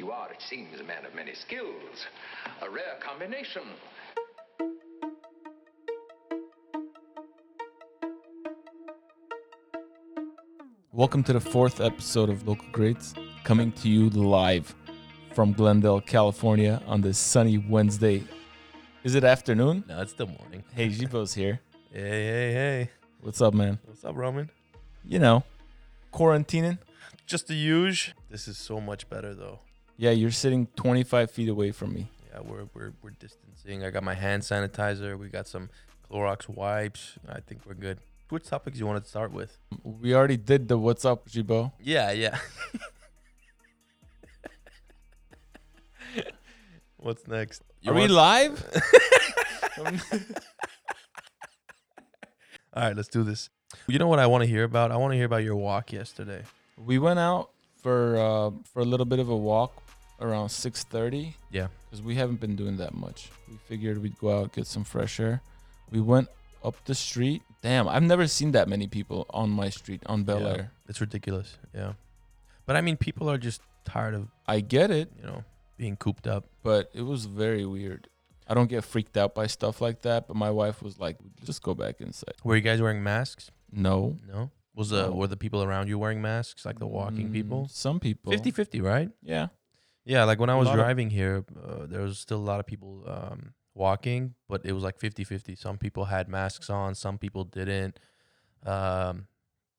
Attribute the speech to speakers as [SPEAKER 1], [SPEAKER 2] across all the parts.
[SPEAKER 1] far, it seems, a man of many skills. A rare combination.
[SPEAKER 2] Welcome to the fourth episode of Local Greats, coming to you live from Glendale, California on this sunny Wednesday. Is it afternoon?
[SPEAKER 3] No, it's still morning.
[SPEAKER 2] Hey, Jibo's here.
[SPEAKER 3] Hey, hey, hey.
[SPEAKER 2] What's up, man?
[SPEAKER 3] What's up, Roman?
[SPEAKER 2] You know, quarantining.
[SPEAKER 3] Just the huge. This is so much better though.
[SPEAKER 2] Yeah, you're sitting 25 feet away from me.
[SPEAKER 3] Yeah, we're we're we're distancing. I got my hand sanitizer. We got some Clorox wipes. I think we're good. Which topics you want to start with?
[SPEAKER 2] We already did the what's up, Jibo.
[SPEAKER 3] Yeah, yeah. What's next? You
[SPEAKER 2] Are we
[SPEAKER 3] want-
[SPEAKER 2] live?
[SPEAKER 3] All right, let's do this. You know what I want to hear about? I want to hear about your walk yesterday.
[SPEAKER 2] we went out for uh, for a little bit of a walk around 6:30.
[SPEAKER 3] Yeah.
[SPEAKER 2] because we haven't been doing that much. We figured we'd go out get some fresh air. We went up the street. Damn, I've never seen that many people on my street on Bel
[SPEAKER 3] Yeah.
[SPEAKER 2] Air.
[SPEAKER 3] It's ridiculous. Yeah. But I mean, people are just tired of,
[SPEAKER 2] I get it,
[SPEAKER 3] you know, being cooped up.
[SPEAKER 2] but it was very weird. I don't get freaked out by stuff like that, but my wife was like, "Just go back inside."
[SPEAKER 3] Were you guys wearing masks?
[SPEAKER 2] No,
[SPEAKER 3] No. Was the
[SPEAKER 2] No.
[SPEAKER 3] were the people around you wearing masks like the walking
[SPEAKER 2] Mm,
[SPEAKER 3] people?
[SPEAKER 2] Some people.
[SPEAKER 3] 50-50, right?
[SPEAKER 2] Yeah.
[SPEAKER 3] Yeah, like when I
[SPEAKER 2] A
[SPEAKER 3] was
[SPEAKER 2] lot of-
[SPEAKER 3] driving here, uh, there was still a lot of people um, walking, but it was like 50-50. Some people had masks on, some people didn't. Um,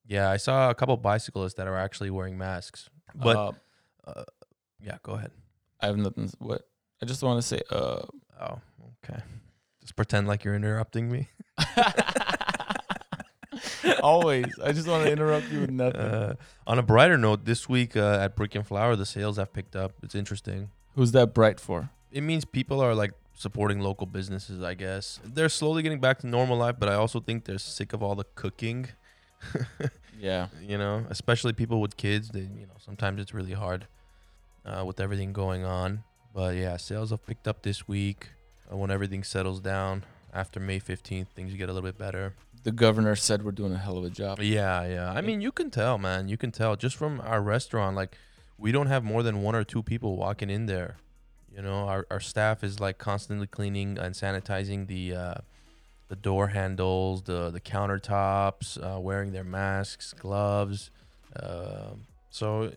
[SPEAKER 3] yeah, I saw a couple bicyclists that are actually wearing masks. But
[SPEAKER 2] Uh,
[SPEAKER 3] yeah, go ahead.
[SPEAKER 2] I have nothing. What? I just want to say. Uh,
[SPEAKER 3] Oh, okay. Just pretend like you're interrupting me.
[SPEAKER 2] always. I just want to interrupt you with nothing.
[SPEAKER 3] Uh, on a brighter note, this week uh, at Brick and Flower, the sales have picked up. It's interesting.
[SPEAKER 2] Who's that bright for?
[SPEAKER 3] It means people are like supporting local businesses, I guess. They're slowly getting back to normal life, but I also think they're sick of all the cooking.
[SPEAKER 2] Yeah.
[SPEAKER 3] you know, especially people with kids. They, you know, sometimes it's really hard uh, with everything going on. But yeah, sales have picked up this week. Uh, when everything settles down after May fifteenth, things get a little bit better.
[SPEAKER 2] The governor said we're doing a hell of a job.
[SPEAKER 3] Yeah, yeah. I mean, you can tell, man. You can tell just from our restaurant. Like, we don't have more than one or two people walking in there. You know, our, our staff is like constantly cleaning and sanitizing the uh, the door handles, the the countertops, uh, wearing their masks, gloves. Um so,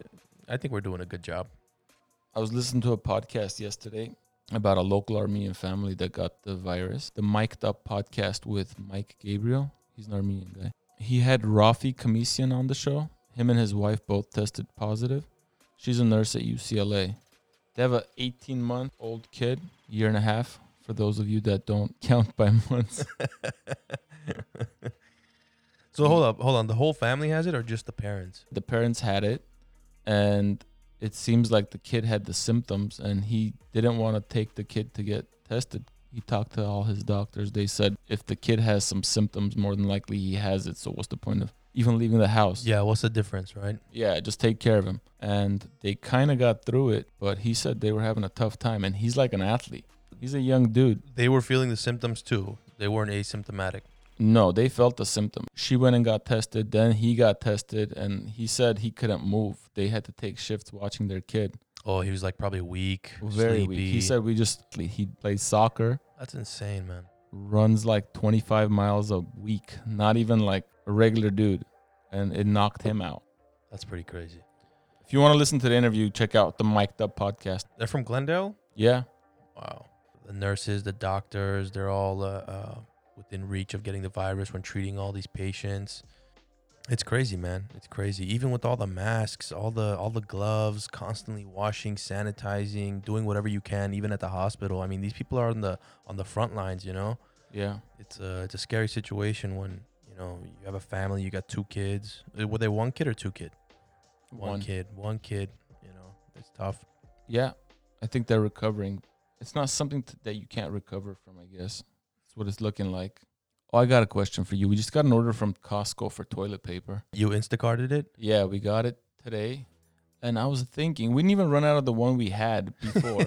[SPEAKER 3] I think we're doing a good job.
[SPEAKER 2] I was listening to a podcast yesterday about a local Armenian family that got the virus. The mic'd up podcast with Mike Gabriel. He's an Armenian guy. He had Rafi Kamisian on the show. Him and his wife both tested positive. She's a nurse at UCLA. They have a 18 month old kid, year and a half. For those of you that don't count by months,
[SPEAKER 3] So hold up, hold on. The whole family has it, or just the parents?
[SPEAKER 2] the parents had it, and it seems like the kid had the symptoms, and he didn't want to take the kid to get tested. He talked to all his doctors. They said if the kid has some symptoms, more than likely he has it. So what's the point of even leaving the house?
[SPEAKER 3] Yeah. What's the difference, right?
[SPEAKER 2] Yeah, just take care of him. And they kind of got through it, but he said they were having a tough time, and he's like an athlete. He's a young dude.
[SPEAKER 3] They were feeling the symptoms too. They weren't asymptomatic.
[SPEAKER 2] No, they felt the symptom. She went and got tested, then he got tested, and he said he couldn't move. They had to take shifts watching their kid.
[SPEAKER 3] Oh, he was like probably weak,
[SPEAKER 2] Very
[SPEAKER 3] sleepy.
[SPEAKER 2] weak. He said we just he plays soccer,
[SPEAKER 3] "That's insane, man."
[SPEAKER 2] runs like 25 miles a week, not even like a regular dude, and it knocked him out.
[SPEAKER 3] That's pretty crazy.
[SPEAKER 2] If you want to listen to the interview, check out the Mic'd Up podcast.
[SPEAKER 3] They're from Glendale.
[SPEAKER 2] Yeah,
[SPEAKER 3] Wow. The nurses, the doctors, they're all uh, uh, within reach of getting the virus when treating all these patients. It's crazy, man. It's crazy. Even with all the masks, all the all the gloves, constantly washing, sanitizing, doing whatever you can, even at the hospital. I mean, these people are on the on the front lines, you know.
[SPEAKER 2] yeah.
[SPEAKER 3] It's a it's a scary situation when you know you have a family, you got two kids. Uh, Were they one kid or two kid? one, kid, one kid. You know, it's tough.
[SPEAKER 2] Yeah, I think they're recovering. It's not something t- that you can't recover from, I guess. That's what it's looking like. Oh, I got a question for you. We just got an order from Costco for toilet paper.
[SPEAKER 3] You Instacarted it
[SPEAKER 2] Yeah, we got it today. And I was thinking, we didn't even run out of the one we had before.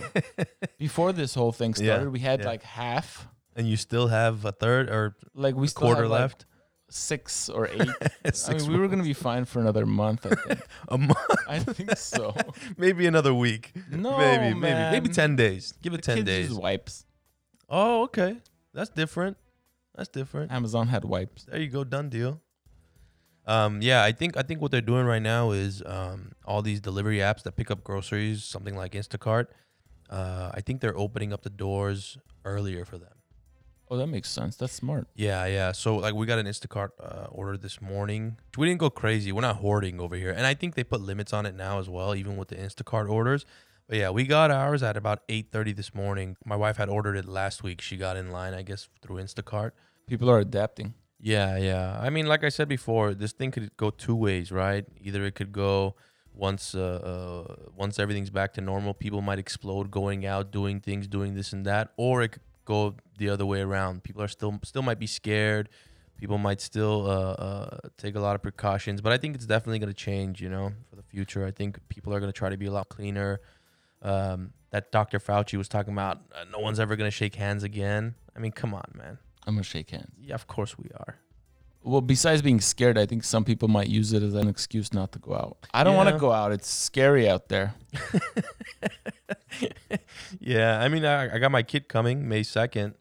[SPEAKER 2] before this whole thing
[SPEAKER 3] Yeah,
[SPEAKER 2] started, we had
[SPEAKER 3] yeah.
[SPEAKER 2] like half.
[SPEAKER 3] and you still have a third or
[SPEAKER 2] Like we
[SPEAKER 3] a
[SPEAKER 2] still
[SPEAKER 3] quarter
[SPEAKER 2] have, like,
[SPEAKER 3] left.
[SPEAKER 2] six or eight. I
[SPEAKER 3] Six
[SPEAKER 2] mean, we were gonna be fine for another month. I think.
[SPEAKER 3] a month,
[SPEAKER 2] I think so.
[SPEAKER 3] maybe another week.
[SPEAKER 2] No,
[SPEAKER 3] maybe, maybe,
[SPEAKER 2] man.
[SPEAKER 3] maybe ten days. Give it
[SPEAKER 2] The
[SPEAKER 3] ten
[SPEAKER 2] kids
[SPEAKER 3] days.
[SPEAKER 2] use wipes.
[SPEAKER 3] Oh, okay, that's different. That's different.
[SPEAKER 2] Amazon had wipes.
[SPEAKER 3] There you go, done deal. Um, yeah, I think I think what they're doing right now is um, all these delivery apps that pick up groceries, something like Instacart. Uh, I think they're opening up the doors earlier for them.
[SPEAKER 2] Oh, that makes sense. That's smart.
[SPEAKER 3] Yeah, yeah. So like we got an Instacart uh, order this morning. We didn't go crazy. We're not hoarding over here, and I think they put limits on it now as well, even with the Instacart orders. But yeah, we got ours at about eight thirty this morning. My wife had ordered it last week. She got in line, I guess, through Instacart.
[SPEAKER 2] People are adapting.
[SPEAKER 3] Yeah, yeah. I mean, like I said before, this thing could go two ways, right? Either it could go once uh, uh once everything's back to normal, people might explode going out, doing things, doing this and that, or it could go the other way around. People are still still might be scared. People might still uh, uh, take a lot of precautions, but I think it's definitely going to change, you know, for the future. I think people are going to try to be a lot cleaner. Um, that Dr. Fauci was talking about, uh, no one's ever going to shake hands again. I mean, come on, man.
[SPEAKER 2] I'm gonna shake hands.
[SPEAKER 3] Yeah, of course we are.
[SPEAKER 2] Well, besides being scared, I think some people might use it as an excuse not to go out. I don't want
[SPEAKER 3] Yeah.
[SPEAKER 2] to go out. It's scary out there.
[SPEAKER 3] Yeah, I mean, I, I got my kid coming May second.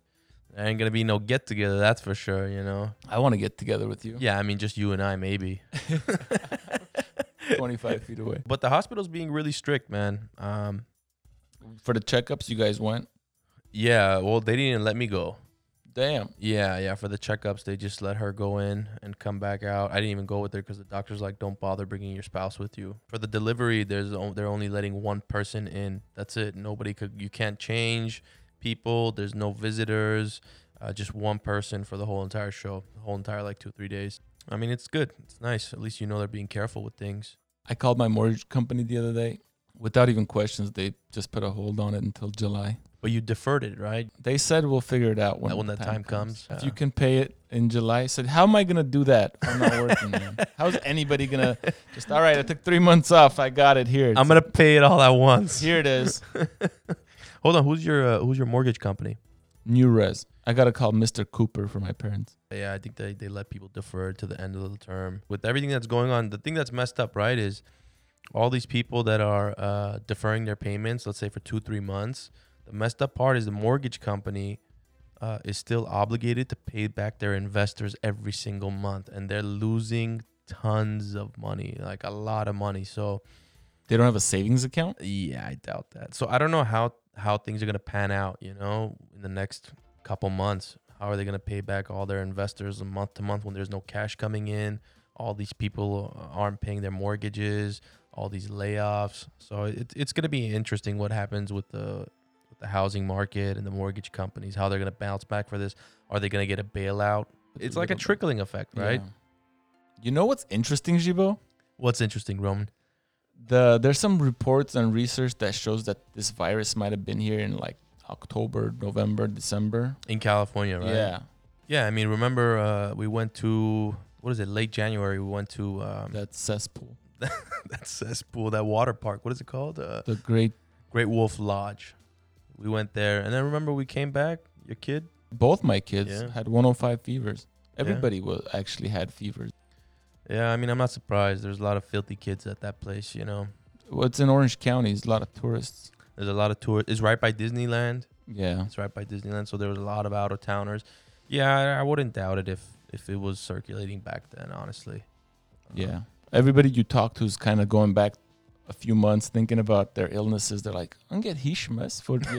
[SPEAKER 3] There ain't gonna be no get together, that's for sure. You know.
[SPEAKER 2] I want to get together with you.
[SPEAKER 3] Yeah, I mean, just you and I maybe.
[SPEAKER 2] 25 feet away.
[SPEAKER 3] But the hospital's being really strict, man. Um,
[SPEAKER 2] For the checkups, you guys went.
[SPEAKER 3] yeah. Well, they didn't even let me go.
[SPEAKER 2] Damn.
[SPEAKER 3] Yeah, yeah. For the checkups, they just let her go in and come back out. I didn't even go with her because the doctor's like, "Don't bother bringing your spouse with you." For the delivery, there's o- they're only letting one person in. That's it. Nobody could. You can't change people. There's no visitors. Uh, just one person for the whole entire show. The whole entire like two three days. I mean, it's good. It's nice. At least you know they're being careful with things.
[SPEAKER 2] I called my mortgage company the other day. Without even questions, they just put a hold on it until July.
[SPEAKER 3] But you deferred it, right?
[SPEAKER 2] They said we'll figure it out when,
[SPEAKER 3] When
[SPEAKER 2] the
[SPEAKER 3] that time comes.
[SPEAKER 2] If you can pay it in July, I said, how am I gonna do that? if I'm not working. man? How's anybody gonna just? All right, I took three months off. I got it here.
[SPEAKER 3] I'm gonna pay it all at once.
[SPEAKER 2] Here it is.
[SPEAKER 3] Hold on. Who's your uh, Who's your mortgage company?
[SPEAKER 2] New res. I gotta call Mr. Cooper for my parents.
[SPEAKER 3] Yeah, I think they, they let people defer to the end of the term. With everything that's going on, the thing that's messed up, right, is all these people that are uh, deferring their payments, let's say for two, three months. The messed up part is the mortgage company uh, is still obligated to pay back their investors every single month, and they're losing tons of money, like a lot of money. So,
[SPEAKER 2] They don't have a savings account.
[SPEAKER 3] yeah, I doubt that. So I don't know how how things are gonna pan out. You know, in the next couple months, how are they gonna pay back all their investors month to month when there's no cash coming in? All these people uh, aren't paying their mortgages. All these layoffs. So it, it's gonna be interesting what happens with the with the housing market and the mortgage companies. How they're gonna bounce back for this? Are they gonna get a bailout? It's like a trickling effect, right?
[SPEAKER 2] Yeah. You know what's interesting, Jibo?
[SPEAKER 3] What's interesting, Roman?
[SPEAKER 2] the there's some reports and research that shows that this virus might have been here in like October, November, December.
[SPEAKER 3] In California, right?
[SPEAKER 2] Yeah,
[SPEAKER 3] Yeah, I mean, remember uh, we went to what is it? Late January, we went to um, that,
[SPEAKER 2] that cesspool,
[SPEAKER 3] cesspool, that water park. What is it called? Uh,
[SPEAKER 2] the Great
[SPEAKER 3] Great Wolf Lodge. We went there, and then remember we came back. Your kid?
[SPEAKER 2] both my kids
[SPEAKER 3] Yeah.
[SPEAKER 2] had 105 fevers. Everybody was actually had fevers.
[SPEAKER 3] Yeah, I mean, I'm not surprised. There's a lot of filthy kids at that place. You know,
[SPEAKER 2] Well, it's in Orange County. It's a lot of tourists.
[SPEAKER 3] there's a lot of tourists. It's right by Disneyland.
[SPEAKER 2] Yeah,
[SPEAKER 3] It's right by Disneyland, so there was a lot of out of towners. Yeah, I, I wouldn't doubt it if if it was circulating back then. Honestly.
[SPEAKER 2] yeah. Everybody you talk to is kind of going back a few months, thinking about their illnesses. They're like, "I'm get hishmas for the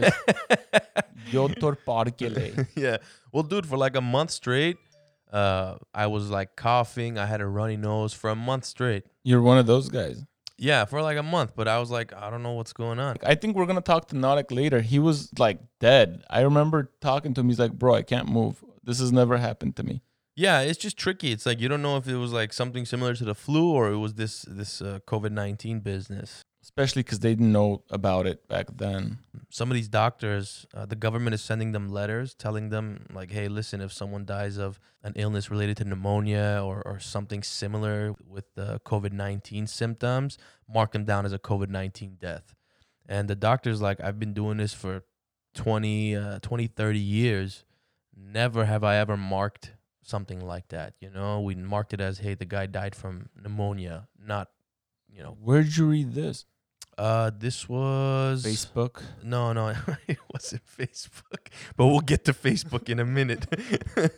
[SPEAKER 2] yotor parkele."
[SPEAKER 3] yeah. Well, dude, for like a month straight, uh, I was like coughing. I had a runny nose for a month straight.
[SPEAKER 2] You're one of those guys.
[SPEAKER 3] Yeah, for like a month. But I was like, I don't know what's going on.
[SPEAKER 2] I think we're gonna talk to Nautic later. He was like dead. I remember talking to him. He's like, "Bro, I can't move. This has never happened to me."
[SPEAKER 3] Yeah, it's just tricky. It's like you don't know if it was like something similar to the flu or it was this this uh, COVID nineteen business.
[SPEAKER 2] Especially because they didn't know about it back then.
[SPEAKER 3] Some of these doctors, uh, the government is sending them letters telling them like, hey, listen, if someone dies of an illness related to pneumonia or or something similar with the COVID nineteen symptoms, mark them down as a COVID nineteen death. and the doctor's like i've been doing this for 20 uh, 20 30 years never have i ever marked something like that. You know, we marked it as hey, the guy died from pneumonia, not you know.
[SPEAKER 2] Where'd you read this?
[SPEAKER 3] Uh, this was
[SPEAKER 2] Facebook.
[SPEAKER 3] no, no, it wasn't Facebook. But we'll get to Facebook in a minute.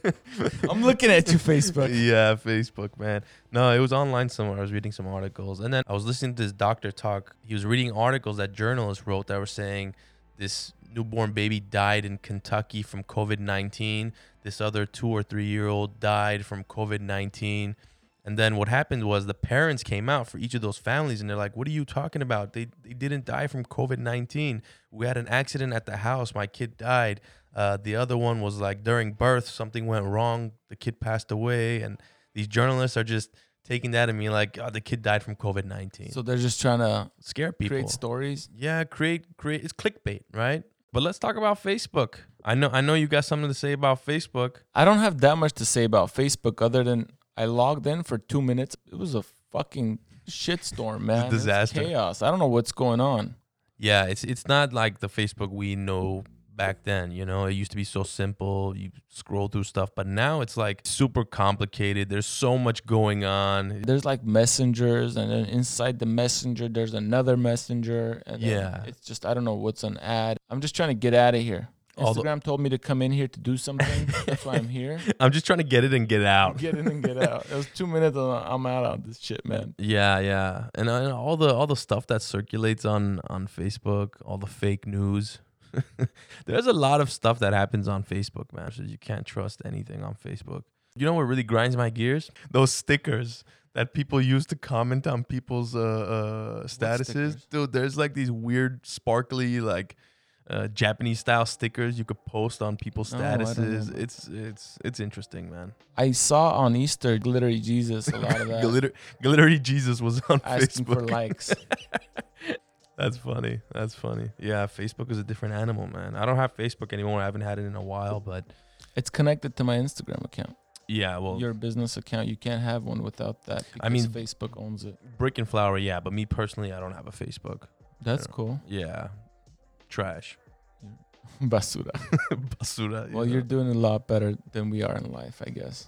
[SPEAKER 2] I'm looking at you, Facebook.
[SPEAKER 3] yeah, Facebook, man. No, it was online somewhere. I was reading some articles, and then I was listening to this doctor talk. He was reading articles that journalists wrote that were saying this newborn baby died in Kentucky from COVID nineteen. This other two or three year old died from COVID nineteen. And then what happened was the parents came out for each of those families and they're like, What are you talking about? They, they didn't die from COVID 19. We had an accident at the house. My kid died. Uh, the other one was like, During birth, something went wrong. The kid passed away. And these journalists are just taking that and being like, oh, The kid died from COVID 19.
[SPEAKER 2] So they're just trying to
[SPEAKER 3] Scare people.
[SPEAKER 2] create stories.
[SPEAKER 3] yeah, create, create. It's clickbait, right? But let's talk about Facebook. I know, I know you got something to say about Facebook.
[SPEAKER 2] I don't have that much to say about Facebook other than I logged in for two minutes. It was a fucking shitstorm, man. It's
[SPEAKER 3] disaster.
[SPEAKER 2] chaos. I don't know what's going on.
[SPEAKER 3] Yeah, it's it's not like the Facebook we know back then, you know. It used to be so simple. You scroll through stuff, but now it's like super complicated. There's so much going on.
[SPEAKER 2] There's like messengers, and then inside the messenger, there's another messenger. And then
[SPEAKER 3] Yeah.
[SPEAKER 2] it's just I don't know what's an ad. I'm just trying to get out of here.
[SPEAKER 3] Although-
[SPEAKER 2] Instagram told me to come in here to do something. That's why I'm here.
[SPEAKER 3] I'm just trying to get it and get out.
[SPEAKER 2] Get in and get out. It was two minutes, and I'm out on this shit, man.
[SPEAKER 3] Yeah, yeah. And, uh, and all the all the stuff that circulates on on Facebook, all the fake news. There's a lot of stuff that happens on Facebook, man. So you can't trust anything on Facebook. You know what really grinds my gears? Those stickers that people use to comment on people's uh, uh,
[SPEAKER 2] stickers?
[SPEAKER 3] statuses. Dude, there's like these weird, sparkly, like uh, Japanese style stickers you could post on people's
[SPEAKER 2] Oh, I don't
[SPEAKER 3] statuses.
[SPEAKER 2] know.
[SPEAKER 3] it's it's it's interesting, man.
[SPEAKER 2] I saw on Easter glittery Jesus a lot of that
[SPEAKER 3] Glitter, glittery Jesus was on
[SPEAKER 2] asking
[SPEAKER 3] Facebook.
[SPEAKER 2] for likes.
[SPEAKER 3] That's funny. That's funny. Yeah, Facebook is a different animal, man. I don't have Facebook anymore. I haven't had it in a while, but
[SPEAKER 2] It's connected to my Instagram account.
[SPEAKER 3] yeah, well,
[SPEAKER 2] Your business account, you can't have one without that.
[SPEAKER 3] I
[SPEAKER 2] because
[SPEAKER 3] mean-
[SPEAKER 2] Facebook owns it.
[SPEAKER 3] brick and flower, yeah, but me personally, I don't have a Facebook.
[SPEAKER 2] That's
[SPEAKER 3] Yeah.
[SPEAKER 2] cool.
[SPEAKER 3] Yeah. Trash.
[SPEAKER 2] Basura.
[SPEAKER 3] Basura. you
[SPEAKER 2] Well,
[SPEAKER 3] know.
[SPEAKER 2] you're doing a lot better than we are in life, I guess.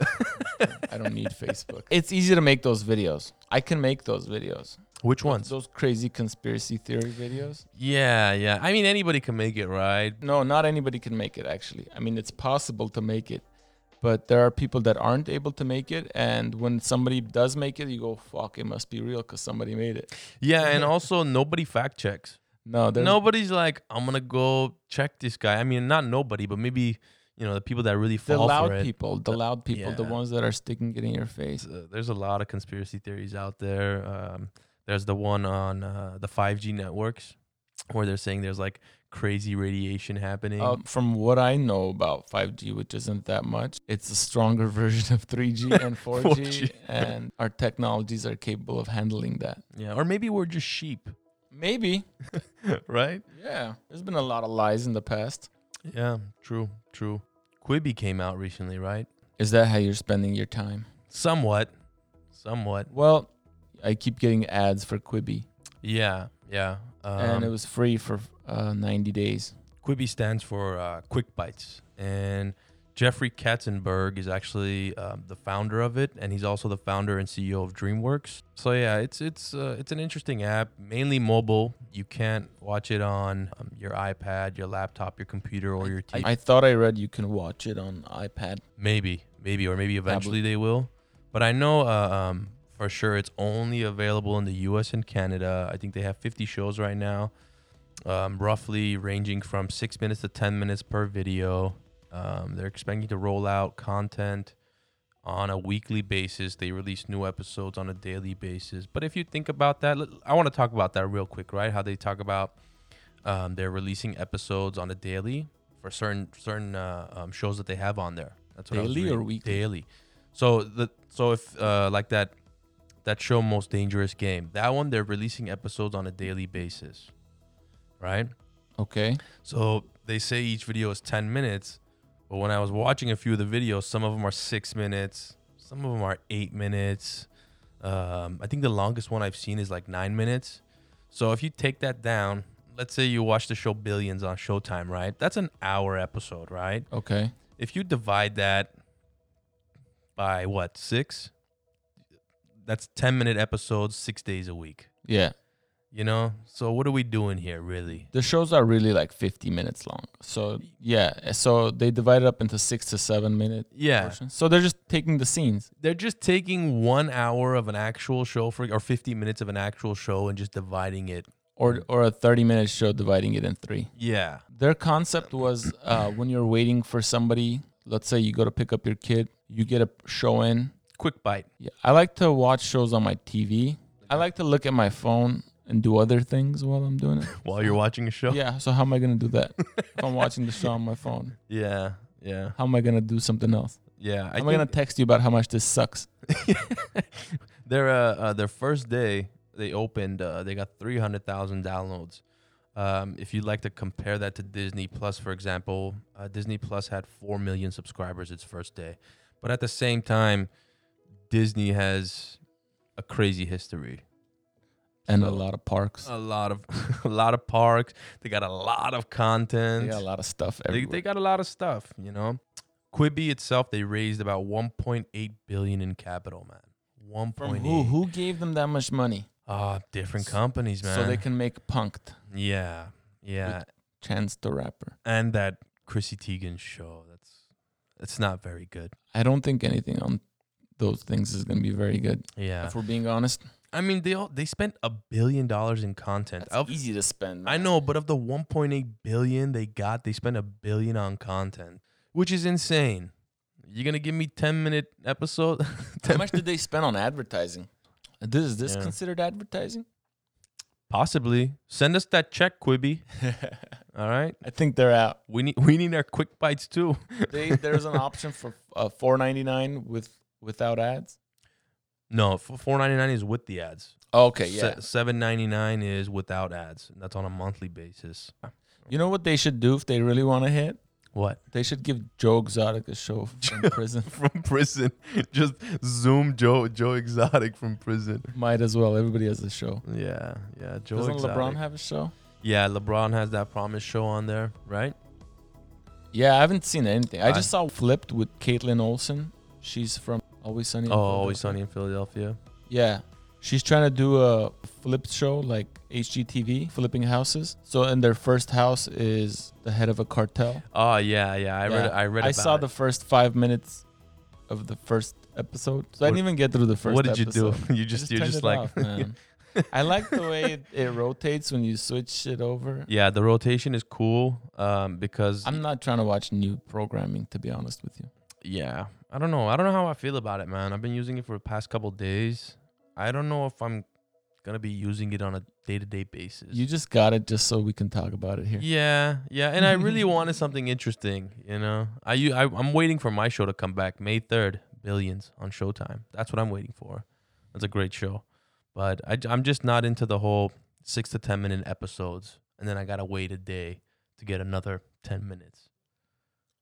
[SPEAKER 2] I don't need Facebook. It's easy to make those videos. I can make those videos.
[SPEAKER 3] Which ones?
[SPEAKER 2] Those crazy conspiracy theory videos.
[SPEAKER 3] Yeah, yeah. I mean, anybody can make it, right?
[SPEAKER 2] No, not anybody can make it, actually. I mean, it's possible to make it, but there are people that aren't able to make it. And when somebody does make it, you go, fuck, it must be real because somebody made it.
[SPEAKER 3] Yeah, and also nobody fact checks.
[SPEAKER 2] No, there's
[SPEAKER 3] Nobody's like, I'm going to go check this guy. I mean, not nobody, but maybe, you know, the people that really
[SPEAKER 2] the
[SPEAKER 3] fall for
[SPEAKER 2] loud
[SPEAKER 3] it.
[SPEAKER 2] people, the loud people, the
[SPEAKER 3] yeah.
[SPEAKER 2] ones that are sticking it in your face.
[SPEAKER 3] uh, there's a lot of conspiracy theories out there. Um, there's the one on uh, the 5G networks where they're saying there's like crazy radiation happening.
[SPEAKER 2] Uh, from what I know about 5G, which isn't that much, it's a stronger version of 3G and 4G,
[SPEAKER 3] 4G.
[SPEAKER 2] and our technologies are capable of handling that.
[SPEAKER 3] yeah, or maybe we're just sheep,
[SPEAKER 2] Maybe.
[SPEAKER 3] right?
[SPEAKER 2] Yeah. There's been a lot of lies in the past.
[SPEAKER 3] Yeah, true, true. Quibi came out recently, right?
[SPEAKER 2] Is that how you're spending your time?
[SPEAKER 3] Somewhat, somewhat.
[SPEAKER 2] Well, I keep getting ads for Quibi,
[SPEAKER 3] Yeah, yeah. Um,
[SPEAKER 2] and it was free for uh, 90 days.
[SPEAKER 3] Quibi stands for uh, Quick Bites, and Jeffrey Katzenberg is actually um, the founder of it, and he's also the founder and CEO of DreamWorks. So yeah, it's it's uh, it's an interesting app, mainly mobile. You can't watch it on um, your iPad, your laptop, your computer, or your TV.
[SPEAKER 2] I, I thought I read you can watch it on iPad.
[SPEAKER 3] Maybe, maybe, or maybe eventually they will. But I know uh, um, for sure it's only available in the U.S. and Canada. I think they have 50 shows right now, um, roughly ranging from six minutes to 10 minutes per video. Um, they're expecting to roll out content on a weekly basis. They release new episodes on a daily basis. But if you think about that, let- I want to talk about that real quick, right? How they talk about um, they're releasing episodes on a daily for certain certain uh, um, shows that they have on there. That's what I was
[SPEAKER 2] Daily or
[SPEAKER 3] reading.
[SPEAKER 2] weekly?
[SPEAKER 3] Daily. So the so if uh, like that that show Most Dangerous Game, that one they're releasing episodes on a daily basis, right?
[SPEAKER 2] Okay.
[SPEAKER 3] So they say each video is 10 minutes, but when I was watching a few of the videos, some of them are six minutes, some of them are eight minutes. Um, I think the longest one I've seen is like nine minutes. So if you take that down, let's say you watch the show Billions on Showtime, right? That's an hour episode, right?
[SPEAKER 2] Okay.
[SPEAKER 3] If you divide that by what six? That's ten minute episodes, six days a week.
[SPEAKER 2] Yeah.
[SPEAKER 3] You know, so what are we doing here, really?
[SPEAKER 2] The shows are really like 50 minutes long. So, yeah. So they divide it up into six to seven minute
[SPEAKER 3] Yeah,
[SPEAKER 2] portions. So they're just taking the scenes.
[SPEAKER 3] they're just taking one hour of an actual show for or 50 minutes of an actual show and just dividing it
[SPEAKER 2] Or,
[SPEAKER 3] Mm-hmm.
[SPEAKER 2] or a 30 minute show dividing it in three.
[SPEAKER 3] yeah
[SPEAKER 2] Their concept was uh, when you're waiting for somebody, let's say you go to pick up your kid, you get a show in.
[SPEAKER 3] quick bite
[SPEAKER 2] Yeah, I like to watch shows on my TV. I like to look at my phone and do other things while I'm doing it.
[SPEAKER 3] while you're watching a show
[SPEAKER 2] Yeah, so how am I going to do that? if I'm watching the show on my phone,
[SPEAKER 3] yeah yeah
[SPEAKER 2] how am I going to do something else?
[SPEAKER 3] yeah i
[SPEAKER 2] How am
[SPEAKER 3] think
[SPEAKER 2] I going to text you about how much this sucks?
[SPEAKER 3] their uh, uh their first day they opened uh, they got 300000 downloads um, if you'd like to compare that to disney plus for example uh, disney plus had 4 million subscribers its first day but at the same time disney has a crazy history
[SPEAKER 2] And a lot of parks.
[SPEAKER 3] a lot of a lot of parks. They got a lot of
[SPEAKER 2] They
[SPEAKER 3] content.
[SPEAKER 2] got a lot of stuff
[SPEAKER 3] They,
[SPEAKER 2] everywhere.
[SPEAKER 3] they got a lot of stuff, you know. Quibi itself, they raised about 1.8 billion in capital, man. One
[SPEAKER 2] From
[SPEAKER 3] point
[SPEAKER 2] who?
[SPEAKER 3] eight.
[SPEAKER 2] Who gave them that much money?
[SPEAKER 3] Ah, different companies, man.
[SPEAKER 2] So they can make Punked,
[SPEAKER 3] Yeah, yeah,
[SPEAKER 2] Chance the Rapper.
[SPEAKER 3] and that Chrissy Teigen show. That's that's not very good.
[SPEAKER 2] I don't think anything on those things is going to be very good.
[SPEAKER 3] Yeah,
[SPEAKER 2] If we're being honest,
[SPEAKER 3] I mean they all they spent a billion dollars in content.
[SPEAKER 2] that's
[SPEAKER 3] Of-
[SPEAKER 2] easy to spend.
[SPEAKER 3] I know, but of the 1.8 billion they got, they spent a billion on content, which is insane. You're gonna give me 10 minute episode? 10
[SPEAKER 2] How much did they spend on advertising? This is this
[SPEAKER 3] Yeah.
[SPEAKER 2] considered advertising?
[SPEAKER 3] Possibly. Send us that check, Quibi.
[SPEAKER 2] I
[SPEAKER 3] All right,
[SPEAKER 2] think they're out.
[SPEAKER 3] we need we need our quick bites too.
[SPEAKER 2] They, there's an option for uh, four ninety nine with without ads.
[SPEAKER 3] No, f- 4.99 is with the ads.
[SPEAKER 2] Oh, Okay,
[SPEAKER 3] Se-
[SPEAKER 2] yeah.
[SPEAKER 3] 7.99 is without ads. And that's on a monthly basis.
[SPEAKER 2] You know what they should do if they really want to hit?
[SPEAKER 3] What
[SPEAKER 2] They should give Joe Exotic a show from prison.
[SPEAKER 3] from prison? Just Zoom Joe Joe Exotic from prison.
[SPEAKER 2] Might as well. Everybody has a show.
[SPEAKER 3] Yeah, yeah. Joe
[SPEAKER 2] Doesn't
[SPEAKER 3] Exotic.
[SPEAKER 2] LeBron have a show?
[SPEAKER 3] Yeah, LeBron has that promise show on there, right?
[SPEAKER 2] Yeah, I haven't seen anything. I
[SPEAKER 3] I-
[SPEAKER 2] just saw Flipped with Caitlin Olsen. She's from Always Sunny. in
[SPEAKER 3] Oh,
[SPEAKER 2] Philadelphia.
[SPEAKER 3] always sunny in Philadelphia.
[SPEAKER 2] Yeah. She's trying to do a flipped show like HGTV, flipping houses. So, and their first house is the head of a cartel.
[SPEAKER 3] Oh yeah, yeah. I read.
[SPEAKER 2] Yeah.
[SPEAKER 3] I read.
[SPEAKER 2] I
[SPEAKER 3] about
[SPEAKER 2] saw
[SPEAKER 3] it.
[SPEAKER 2] the first five minutes of the first episode. So I
[SPEAKER 3] What-
[SPEAKER 2] didn't even get through the first
[SPEAKER 3] What did you do?
[SPEAKER 2] episode.
[SPEAKER 3] You
[SPEAKER 2] I
[SPEAKER 3] just, you're
[SPEAKER 2] turned
[SPEAKER 3] just
[SPEAKER 2] it
[SPEAKER 3] like,
[SPEAKER 2] off, man. I like the way it, it rotates when you switch it over.
[SPEAKER 3] yeah. The rotation is cool. Um, because
[SPEAKER 2] I'm not trying to watch new programming, to be honest with you.
[SPEAKER 3] yeah, I don't know. I don't know how I feel about it, man. I've been using it for the past couple days. I don't know if I'm gonna be using it on a day to day basis.
[SPEAKER 2] You just got it just so we can talk about it here.
[SPEAKER 3] yeah, yeah, and I really wanted something interesting, you know. I, u- I I'm waiting for my show to come back May 3rd, Billions on Showtime. That's what I'm waiting for. That's a great show, but I, am just not into the whole six to ten minute episodes, and then I gotta wait a day to get another ten minutes.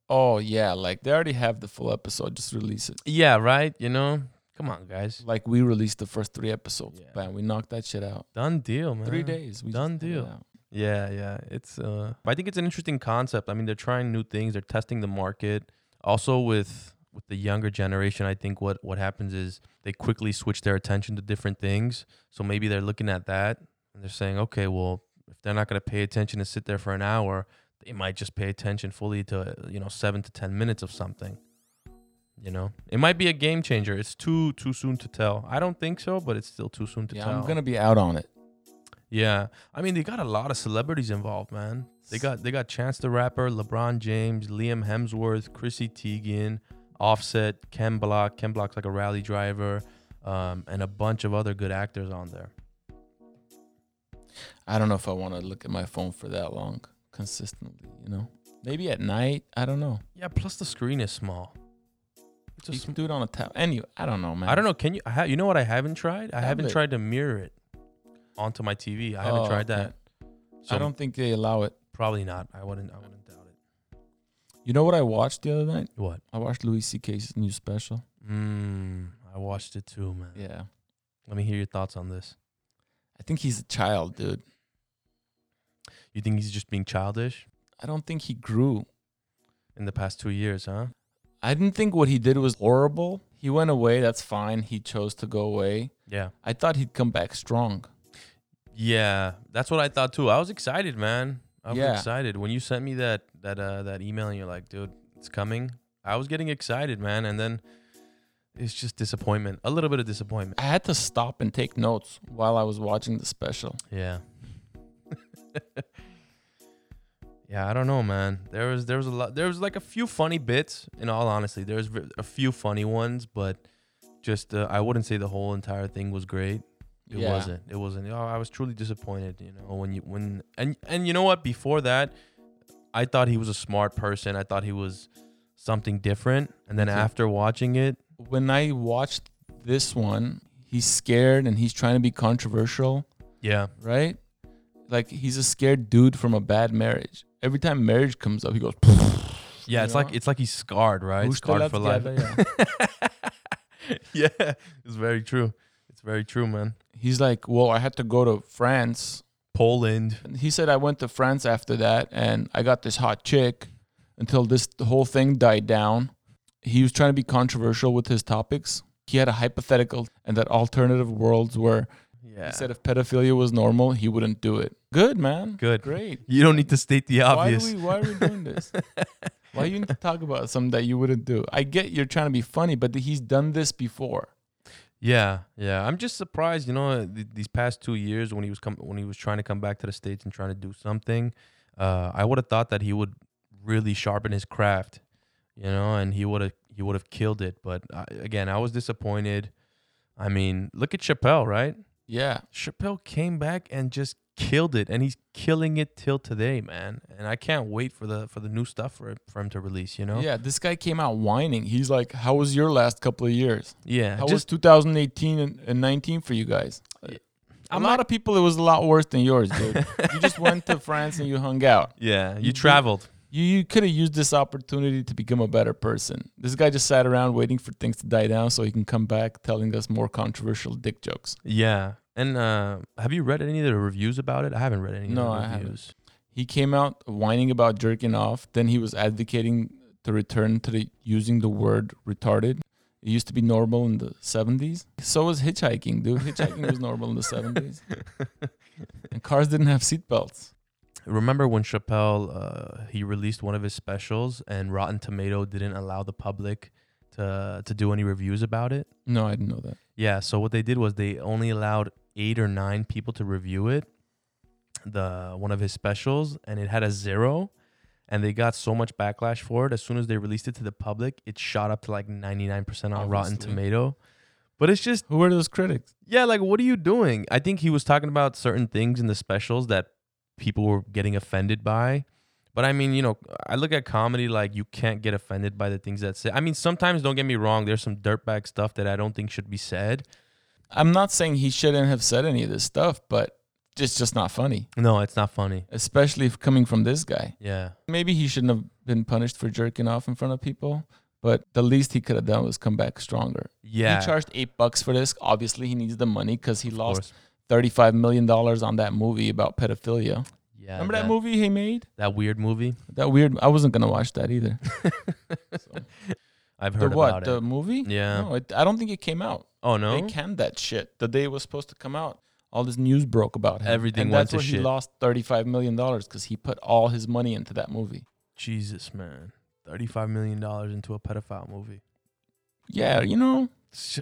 [SPEAKER 2] Oh, yeah. Like they already have the full episode. Just release it.
[SPEAKER 3] Yeah, right. You know, come on, guys.
[SPEAKER 2] like we released the first three episodes.
[SPEAKER 3] Yeah.
[SPEAKER 2] Bam, we knocked that shit out.
[SPEAKER 3] Done deal, man.
[SPEAKER 2] Three days. We just
[SPEAKER 3] done
[SPEAKER 2] knocked it
[SPEAKER 3] deal.
[SPEAKER 2] out.
[SPEAKER 3] Yeah, yeah. It's uh I think it's an interesting concept. I mean, they're trying new things, they're testing the market. Also with with the younger generation, I think what what happens is they quickly switch their attention to different things. So maybe they're looking at that and they're saying, "Okay, well, if they're not going to pay attention and sit there for an hour, they might just pay attention fully to, you know, 7 to 10 minutes of something." You know, it might be a game changer. It's too too soon to tell. I don't think so, but it's still too soon to
[SPEAKER 2] Yeah,
[SPEAKER 3] tell.
[SPEAKER 2] I'm gonna be out on it.
[SPEAKER 3] Yeah, I mean they got a lot of celebrities involved, man. They got they got Chance the Rapper, LeBron James, Liam Hemsworth, Chrissy Teigen, Offset, Ken Block. Ken Block's like a rally driver, um, and a bunch of other good actors on there.
[SPEAKER 2] I don't know if I want to look at my phone for that long consistently. You know, maybe at night. I don't know.
[SPEAKER 3] Yeah, plus the screen is small. It's a
[SPEAKER 2] You
[SPEAKER 3] sm-
[SPEAKER 2] can do it on a tab. Anyway, I don't know, man.
[SPEAKER 3] I don't know. Can you? I ha- you know what? I haven't tried. I haven't
[SPEAKER 2] Tablet.
[SPEAKER 3] tried to mirror it onto my TV. I haven't
[SPEAKER 2] Oh,
[SPEAKER 3] tried
[SPEAKER 2] okay.
[SPEAKER 3] that. So
[SPEAKER 2] I don't think they allow it.
[SPEAKER 3] Probably not. I wouldn't. I wouldn't doubt it.
[SPEAKER 2] You know what I watched the other night?
[SPEAKER 3] What?
[SPEAKER 2] I watched Louis C.K.'s new special.
[SPEAKER 3] Mm, I watched it too, man.
[SPEAKER 2] Yeah,
[SPEAKER 3] Let me hear your thoughts on this.
[SPEAKER 2] I think he's a child, dude.
[SPEAKER 3] You think he's just being childish
[SPEAKER 2] I don't think he grew.
[SPEAKER 3] in the past two years, huh?
[SPEAKER 2] I didn't think what he did was horrible. He went away. That's fine. He chose to go away.
[SPEAKER 3] Yeah.
[SPEAKER 2] I thought he'd come back strong.
[SPEAKER 3] Yeah, that's what I thought too. I was excited, man. I was
[SPEAKER 2] Yeah.
[SPEAKER 3] excited when you sent me that that uh, that email. and You're like, dude, it's coming. I was getting excited, man, and then it's just disappointment. A little bit of disappointment.
[SPEAKER 2] I had to stop and take notes while I was watching the special.
[SPEAKER 3] Yeah. yeah, I don't know, man. There was there was a lot. There was like a few funny bits. In all honesty, there's a few funny ones, but just uh, I wouldn't say the whole entire thing was great. It
[SPEAKER 2] Yeah.
[SPEAKER 3] wasn't. It wasn't. Oh, I was truly disappointed. You know, when you when and and you know what? Before that, I thought he was a smart person. I thought he was something different. And then
[SPEAKER 2] Me too.
[SPEAKER 3] after watching it,
[SPEAKER 2] When I watched this one, he's scared and he's trying to be controversial,
[SPEAKER 3] yeah,
[SPEAKER 2] right? Like he's a scared dude from a bad marriage. Every time marriage comes up, he goes,
[SPEAKER 3] yeah,
[SPEAKER 2] You
[SPEAKER 3] it's
[SPEAKER 2] know?
[SPEAKER 3] like it's like he's scarred, right?
[SPEAKER 2] Who's
[SPEAKER 3] Scarred for life.
[SPEAKER 2] together,
[SPEAKER 3] yeah, it's very true. It's very true, man.
[SPEAKER 2] He's like, Well, I had to go to France.
[SPEAKER 3] Poland.
[SPEAKER 2] And he said, I went to France after that and I got this hot chick until this the whole thing died down. He was trying to be controversial with his topics. He had a hypothetical and that alternative worlds where
[SPEAKER 3] Yeah.
[SPEAKER 2] he said if pedophilia was normal, he wouldn't do it. Good, man.
[SPEAKER 3] Good.
[SPEAKER 2] Great.
[SPEAKER 3] you don't need to state the
[SPEAKER 2] Why, do
[SPEAKER 3] obvious.
[SPEAKER 2] we, why are we doing this? why you need to talk about something that you wouldn't do? I get you're trying to be funny, but he's done this before.
[SPEAKER 3] Yeah, yeah. I'm just surprised, you know, th- these past two years when he was com- when he was trying to come back to the states and trying to do something, uh, I would have thought that he would really sharpen his craft, you know, and he would have he would have killed it. But I, again, I was disappointed. I mean, look at Chappelle, right?
[SPEAKER 2] Yeah.
[SPEAKER 3] Chappelle came back and just killed it, and he's killing it till today, man. And I can't wait for the for the new stuff for for him to release, you know.
[SPEAKER 2] Yeah. This guy came out whining. He's like, How was your last couple of years?
[SPEAKER 3] yeah.
[SPEAKER 2] How was
[SPEAKER 3] just
[SPEAKER 2] 2018 and, and 19 for you guys? A
[SPEAKER 3] I'm
[SPEAKER 2] lot of people, it was a lot worse than yours, dude. you just went to France and you hung out.
[SPEAKER 3] yeah. You
[SPEAKER 2] You-
[SPEAKER 3] traveled.
[SPEAKER 2] You, you could have used this opportunity to become a better person. This guy just sat around waiting for things to die down so he can come back telling us more controversial dick jokes.
[SPEAKER 3] Yeah. And uh, have you read any of the reviews about it? I haven't read any
[SPEAKER 2] No,
[SPEAKER 3] of
[SPEAKER 2] I
[SPEAKER 3] the
[SPEAKER 2] haven't.
[SPEAKER 3] reviews.
[SPEAKER 2] He came out whining about jerking off. Then he was advocating to return to the, using the word retarded. It used to be normal in the 70s. So was hitchhiking, dude. Hitchhiking was normal in the 70s. And cars didn't have seatbelts.
[SPEAKER 3] Remember when Chappelle uh, he released one of his specials and Rotten Tomato didn't allow the public to to do any reviews about it?
[SPEAKER 2] No, I didn't know that.
[SPEAKER 3] Yeah, so what they did was they only allowed 8 or 9 people to review it. The one of his specials and it had a 0 and they got so much backlash for it as soon as they released it to the public, it shot up to like 99% on Rotten
[SPEAKER 2] Obviously.
[SPEAKER 3] Tomato. But it's just
[SPEAKER 2] Who were those critics?
[SPEAKER 3] Yeah, like what are you doing? I think he was talking about certain things in the specials that people were getting offended by. But I mean, you know, I look at comedy like you can't get offended by the things that say. I mean, sometimes don't get me wrong, there's some dirtbag stuff that I don't think should be said.
[SPEAKER 2] I'm not saying he shouldn't have said any of this stuff, but it's just not funny,
[SPEAKER 3] No, it's not funny.
[SPEAKER 2] especially if coming from this guy.
[SPEAKER 3] Yeah.
[SPEAKER 2] Maybe he shouldn't have been punished for jerking off in front of people, but the least he could have done was come back stronger.
[SPEAKER 3] Yeah.
[SPEAKER 2] He charged eight bucks for this. Obviously, he needs the money because he
[SPEAKER 3] of
[SPEAKER 2] lost
[SPEAKER 3] course.
[SPEAKER 2] thirty-five million dollars on that movie about pedophilia.
[SPEAKER 3] Yeah.
[SPEAKER 2] Remember that, movie he made?
[SPEAKER 3] That weird movie?
[SPEAKER 2] That weird. I wasn't gonna watch that either.
[SPEAKER 3] I've
[SPEAKER 2] the
[SPEAKER 3] heard
[SPEAKER 2] what?
[SPEAKER 3] about
[SPEAKER 2] The
[SPEAKER 3] it.
[SPEAKER 2] movie?
[SPEAKER 3] Yeah.
[SPEAKER 2] No, it, I don't think it came out.
[SPEAKER 3] Oh no.
[SPEAKER 2] They canned that shit the day it was supposed to come out. All this news broke about him.
[SPEAKER 3] Everything
[SPEAKER 2] and
[SPEAKER 3] went
[SPEAKER 2] that's
[SPEAKER 3] to
[SPEAKER 2] where he
[SPEAKER 3] shit.
[SPEAKER 2] lost thirty-five million dollars because he put all his money into that movie.
[SPEAKER 3] Jesus, man. 35 million dollars into a pedophile movie.
[SPEAKER 2] Yeah, you know,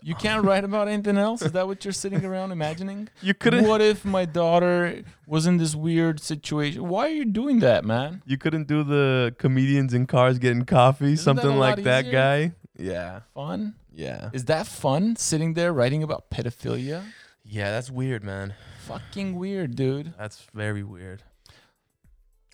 [SPEAKER 2] you can't write about anything else. Is that what you're sitting around imagining?
[SPEAKER 3] You couldn't
[SPEAKER 2] What if my daughter was in this weird situation? Why are you doing that, man?
[SPEAKER 3] You couldn't do the comedians in cars getting coffee,
[SPEAKER 2] Isn't that
[SPEAKER 3] something
[SPEAKER 2] a lot
[SPEAKER 3] like that
[SPEAKER 2] easier?
[SPEAKER 3] guy. Yeah.
[SPEAKER 2] Fun?
[SPEAKER 3] Yeah.
[SPEAKER 2] Is that fun? Sitting there writing about pedophilia?
[SPEAKER 3] Yeah, that's weird, man.
[SPEAKER 2] Fucking weird, dude.
[SPEAKER 3] That's very weird.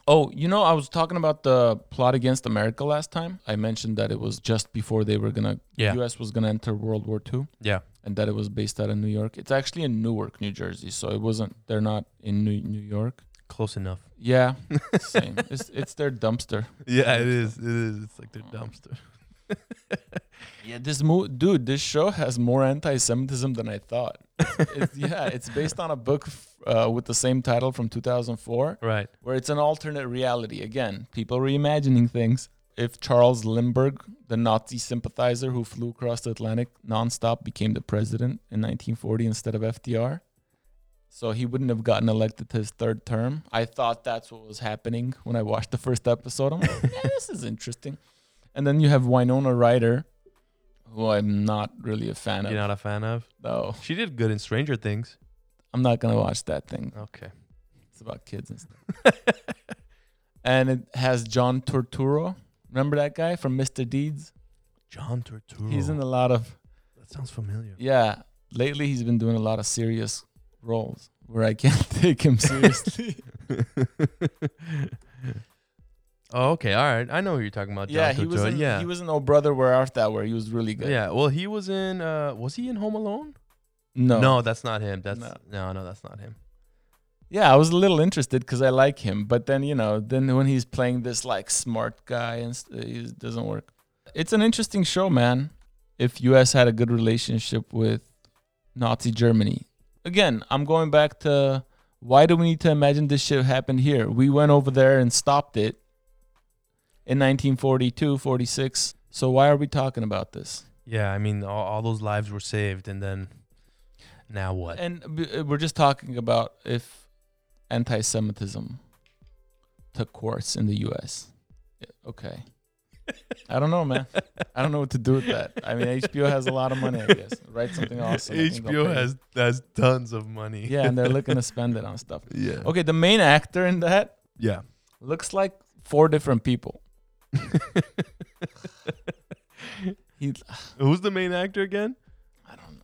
[SPEAKER 2] Oh, you know, I was talking about the plot against America last time. I mentioned that it was just before they were gonna,
[SPEAKER 3] Yeah.
[SPEAKER 2] U.S. was gonna enter World War II,
[SPEAKER 3] Yeah.
[SPEAKER 2] and that it was based out of New York. It's actually in Newark, New Jersey, so it wasn't. They're not in New, New York.
[SPEAKER 3] Close enough.
[SPEAKER 2] Yeah, same. It's it's their dumpster.
[SPEAKER 3] Yeah, it is. It is. It's like their dumpster.
[SPEAKER 2] Yeah, this mo- dude, this show has more anti-Semitism than I thought. It's, it's- yeah, it's based on a book f- uh, with the same title from 2004,
[SPEAKER 3] Right.
[SPEAKER 2] where it's an alternate reality. Again, people reimagining things. if Charles Lindbergh, the Nazi sympathizer who flew across the Atlantic nonstop, became the president in 1940 instead of FDR. So he wouldn't have gotten elected to his third term. I thought that's what was happening when I watched the first episode. I'm like, "Eh, this is interesting. And then you have Winona Ryder, who I'm not really a fan
[SPEAKER 3] You're
[SPEAKER 2] of.
[SPEAKER 3] not a fan of.
[SPEAKER 2] No,
[SPEAKER 3] She did good in Stranger Things.
[SPEAKER 2] I'm not gonna watch that thing.
[SPEAKER 3] Okay.
[SPEAKER 2] It's about kids and stuff. and it has John Torturo. Remember that guy from Mr. Deeds?
[SPEAKER 3] John Turturro.
[SPEAKER 2] He's in a lot of
[SPEAKER 3] that sounds familiar.
[SPEAKER 2] yeah. Lately, he's been doing a lot of serious roles where I can't take him seriously.
[SPEAKER 3] oh, okay. All right. I know who you're talking about. John
[SPEAKER 2] yeah, he was.
[SPEAKER 3] Turturro.
[SPEAKER 2] In,
[SPEAKER 3] yeah.
[SPEAKER 2] he was in Oh Brother Where Art Thou? Where he was really good.
[SPEAKER 3] yeah. Well, he was in. Uh, was he in Home Alone?
[SPEAKER 2] No.
[SPEAKER 3] that's not him. That's
[SPEAKER 2] No.
[SPEAKER 3] no, no, that's not him.
[SPEAKER 2] Yeah, I was a little interested because I like him, but then you know, then when he's playing this like smart guy and st- it doesn't work. It's an interesting show, man. If U.S. had a good relationship with Nazi Germany, again, I'm going back to why do we need to imagine this shit happened here? We went over there and stopped it in 1942, 46. So why are we talking about this?
[SPEAKER 3] Yeah, I mean, all, all those lives were saved, and then now what?
[SPEAKER 2] And b- uh, we're just talking about if anti-Semitism took course in the U.S. Yeah, Okay, I don't know, man. I don't know what to do with that. I mean, HBO has a lot of money, I guess. Write something awesome. I think they'll
[SPEAKER 3] HBO
[SPEAKER 2] pay
[SPEAKER 3] has has tons of money.
[SPEAKER 2] you. Yeah, and they're looking to spend it on stuff.
[SPEAKER 3] yeah,
[SPEAKER 2] Okay, the main actor in that
[SPEAKER 3] yeah.
[SPEAKER 2] looks like four different people. He,
[SPEAKER 3] Who's the main actor again?
[SPEAKER 2] I don't